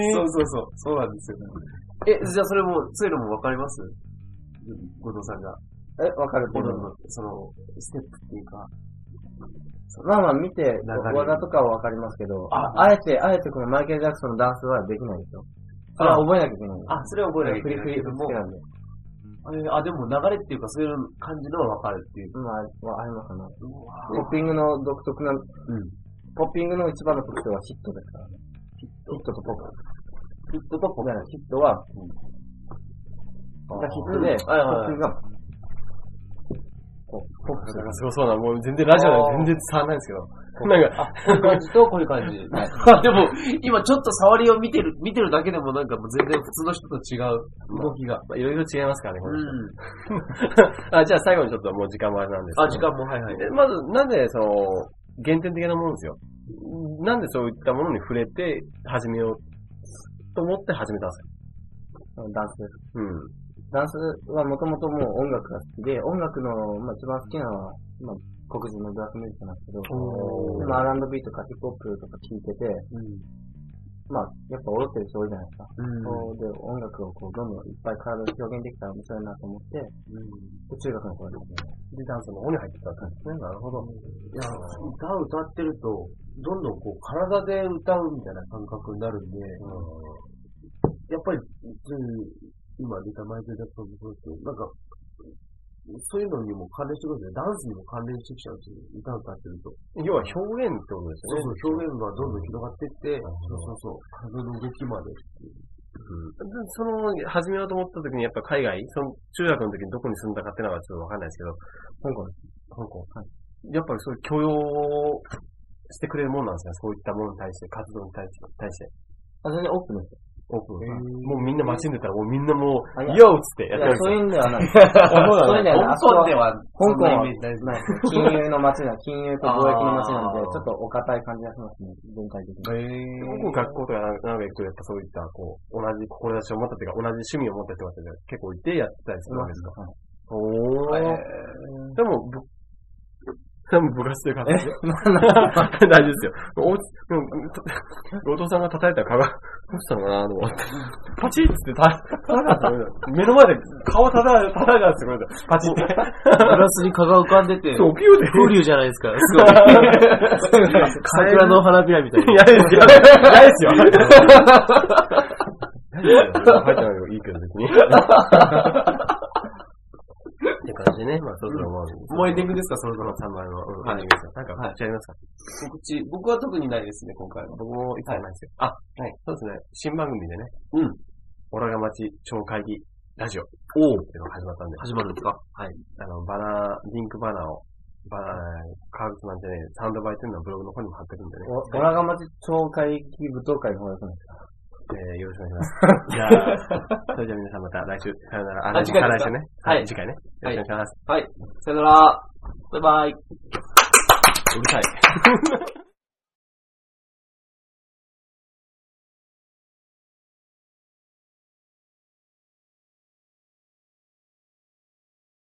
[SPEAKER 4] の話ですけどそうそうそう、そうなんですよ。え、じゃあそれも、そういうのもわかります後藤さんが。
[SPEAKER 6] え、わかる
[SPEAKER 4] ポ
[SPEAKER 6] ポ
[SPEAKER 4] ル
[SPEAKER 6] ル
[SPEAKER 4] ノの、
[SPEAKER 6] ノ
[SPEAKER 4] その、ステップっていうか。
[SPEAKER 6] まあまあ見て、
[SPEAKER 4] れ
[SPEAKER 6] 技とかはわかりますけど、
[SPEAKER 4] あ
[SPEAKER 6] あえて、あえてこのマイケル・ジャクソンのダンスはできないですよ。それは覚えなきゃいけないんです。
[SPEAKER 4] あ、それは覚えなきゃい
[SPEAKER 6] フ
[SPEAKER 4] け
[SPEAKER 6] リ
[SPEAKER 4] な
[SPEAKER 6] フ
[SPEAKER 4] い
[SPEAKER 6] リ
[SPEAKER 4] けど
[SPEAKER 6] 好
[SPEAKER 4] も
[SPEAKER 6] き、なんで。
[SPEAKER 4] ああ、でも流れっていうか、そういう感じのはわかるっていう。
[SPEAKER 6] まあ、わありますね。ポッピングの独特な、
[SPEAKER 4] ん
[SPEAKER 6] ポッピングの一番の特徴はヒットですからね。ヒットとポップ。ヒットとポップ。ヒットは、がヒットで、ポ
[SPEAKER 4] はいはいはい
[SPEAKER 6] ッピングが、こう、ポップす
[SPEAKER 3] なん
[SPEAKER 6] る
[SPEAKER 3] かすごそうな、もう全然ラジオで全然伝わらないんですけど。なんか、
[SPEAKER 4] こういう感じと、こういう感じ。 でも、今ちょっと触りを見てる、見てるだけでもなんかもう全然普通の人と違う動きが。
[SPEAKER 3] まあいろいろ違いますからね、こ
[SPEAKER 4] う
[SPEAKER 3] の
[SPEAKER 4] ん。
[SPEAKER 3] 人あ、じゃあ最後にちょっともう時間もあれなんですけど
[SPEAKER 4] あ、時間もはいはい。
[SPEAKER 3] えまず、なぜその、原点的なものですよ。なんでそういったものに触れて始めようと思って始めたんですか
[SPEAKER 6] ダンスです。
[SPEAKER 3] うん。
[SPEAKER 6] ダンスはもともともう音楽が好きで、音楽の、まあ、一番好きなのは、まあ、黒人のブラックミュージックなんですけど、
[SPEAKER 3] おー
[SPEAKER 6] でも R&B とかヒップホップとか聴いてて、まあ、やっぱ踊ってる人多いじゃないですか。そうで、音楽をこう、どんどんいっぱい体で表現できたら面白いなと思って、で中学の頃ですね。
[SPEAKER 3] で、ダンスの方に入ってたんですね。なるほど。
[SPEAKER 4] いや、歌を歌ってると、どんどんこう体で歌うみたいな感覚になるんで、やっぱり、そういう今出たマイケル・ジャクソンもそうですけど、なんか、そういうのにも関連してくるんですね。ダンスにも関連してきちゃうんですよ。歌歌ってると。
[SPEAKER 3] 要は表現ってことです
[SPEAKER 4] そ
[SPEAKER 3] よ
[SPEAKER 4] う
[SPEAKER 3] ね。
[SPEAKER 4] そう、表現がどんどん広がっていって、そうそうそう、体の動きまで。
[SPEAKER 3] でその、始めようと思った時に、やっぱ海外、その、中学の時にどこに住んだかっていうのはちょっとわかんないですけど、香港、香港、やっぱりそういう許容してくれるもんなんですね。そういったものに対して、活動に対して、対して。
[SPEAKER 6] あ、全然オープンです。
[SPEAKER 3] オープン
[SPEAKER 4] へー
[SPEAKER 3] もうみんな街に出たら、もうみんなも、
[SPEAKER 6] あいう
[SPEAKER 3] イヤ
[SPEAKER 6] や
[SPEAKER 3] ーっつってや
[SPEAKER 6] い
[SPEAKER 3] ってるん
[SPEAKER 6] や、
[SPEAKER 3] です
[SPEAKER 6] そ
[SPEAKER 3] よ
[SPEAKER 6] うい。うんではない。
[SPEAKER 3] そう
[SPEAKER 6] そう いうんで
[SPEAKER 5] では、そんなイメージないです
[SPEAKER 6] はない。あそこは香港はない金融の街な、金融と貿易の街なんで、
[SPEAKER 5] あー
[SPEAKER 6] ちょっとお堅い感じがしますね、文化的に。
[SPEAKER 4] え
[SPEAKER 3] 香港学校とかなんか行くと、やっぱそういった、こう、同じ志を持ったというか、同じ趣味を持った人が結構いてやってたりするわけですか。
[SPEAKER 6] はい
[SPEAKER 3] お
[SPEAKER 5] え
[SPEAKER 3] ー。でも、ぶ、でも部活というか、
[SPEAKER 6] え、なんだ
[SPEAKER 3] 大事ですよ。おうち、でも、後藤さんが叩いた顔が、どうしたのかなと思って。パチッつってた叩かれた目の前で顔叩かれ叩かれてくれた。パチッって。
[SPEAKER 5] ガラスに蚊が浮かんでて、
[SPEAKER 3] そう、ピューで。
[SPEAKER 5] 風流じゃないですか。すごい。桜
[SPEAKER 3] 桜
[SPEAKER 5] の
[SPEAKER 3] の
[SPEAKER 5] 花びらみたい
[SPEAKER 3] い
[SPEAKER 5] な。
[SPEAKER 3] やいやいや、ないですよ。入ってないよ、いいけど別に。って感じでね、まあそろそろもう。
[SPEAKER 5] もうエンディン
[SPEAKER 3] グ
[SPEAKER 5] グですか、そろそろ。
[SPEAKER 3] 3番の、うん、
[SPEAKER 5] はい
[SPEAKER 3] エンディングですよ。なんか、
[SPEAKER 5] はい
[SPEAKER 3] 違いますか
[SPEAKER 5] 告知、僕は特にないですね、今回は。
[SPEAKER 3] 僕もいつもないですよ。あ、はい。そうですね。新番組でね。
[SPEAKER 5] うん。
[SPEAKER 3] オラが町超会議ラジオ。おおっていうのが始まったんで。
[SPEAKER 5] 始まるんですかはい。
[SPEAKER 3] あの、バナー、リンクバナーを、バナー、革靴なんてね、サウンドバイトいうのはブログの方にも貼ってるんでね。
[SPEAKER 6] お、小長町町会議舞踏会の方が良くないですか
[SPEAKER 3] えー、よろしくお 願いします。じゃあ、それじゃあ皆さんまた来週、さよなら。
[SPEAKER 5] あ次回
[SPEAKER 3] 再
[SPEAKER 5] で
[SPEAKER 3] 来
[SPEAKER 5] すか
[SPEAKER 3] 週ね。
[SPEAKER 5] はい
[SPEAKER 3] 次回ね。よろしくお願いします。
[SPEAKER 5] はい。さよなら。バイバイ。
[SPEAKER 3] うるさい。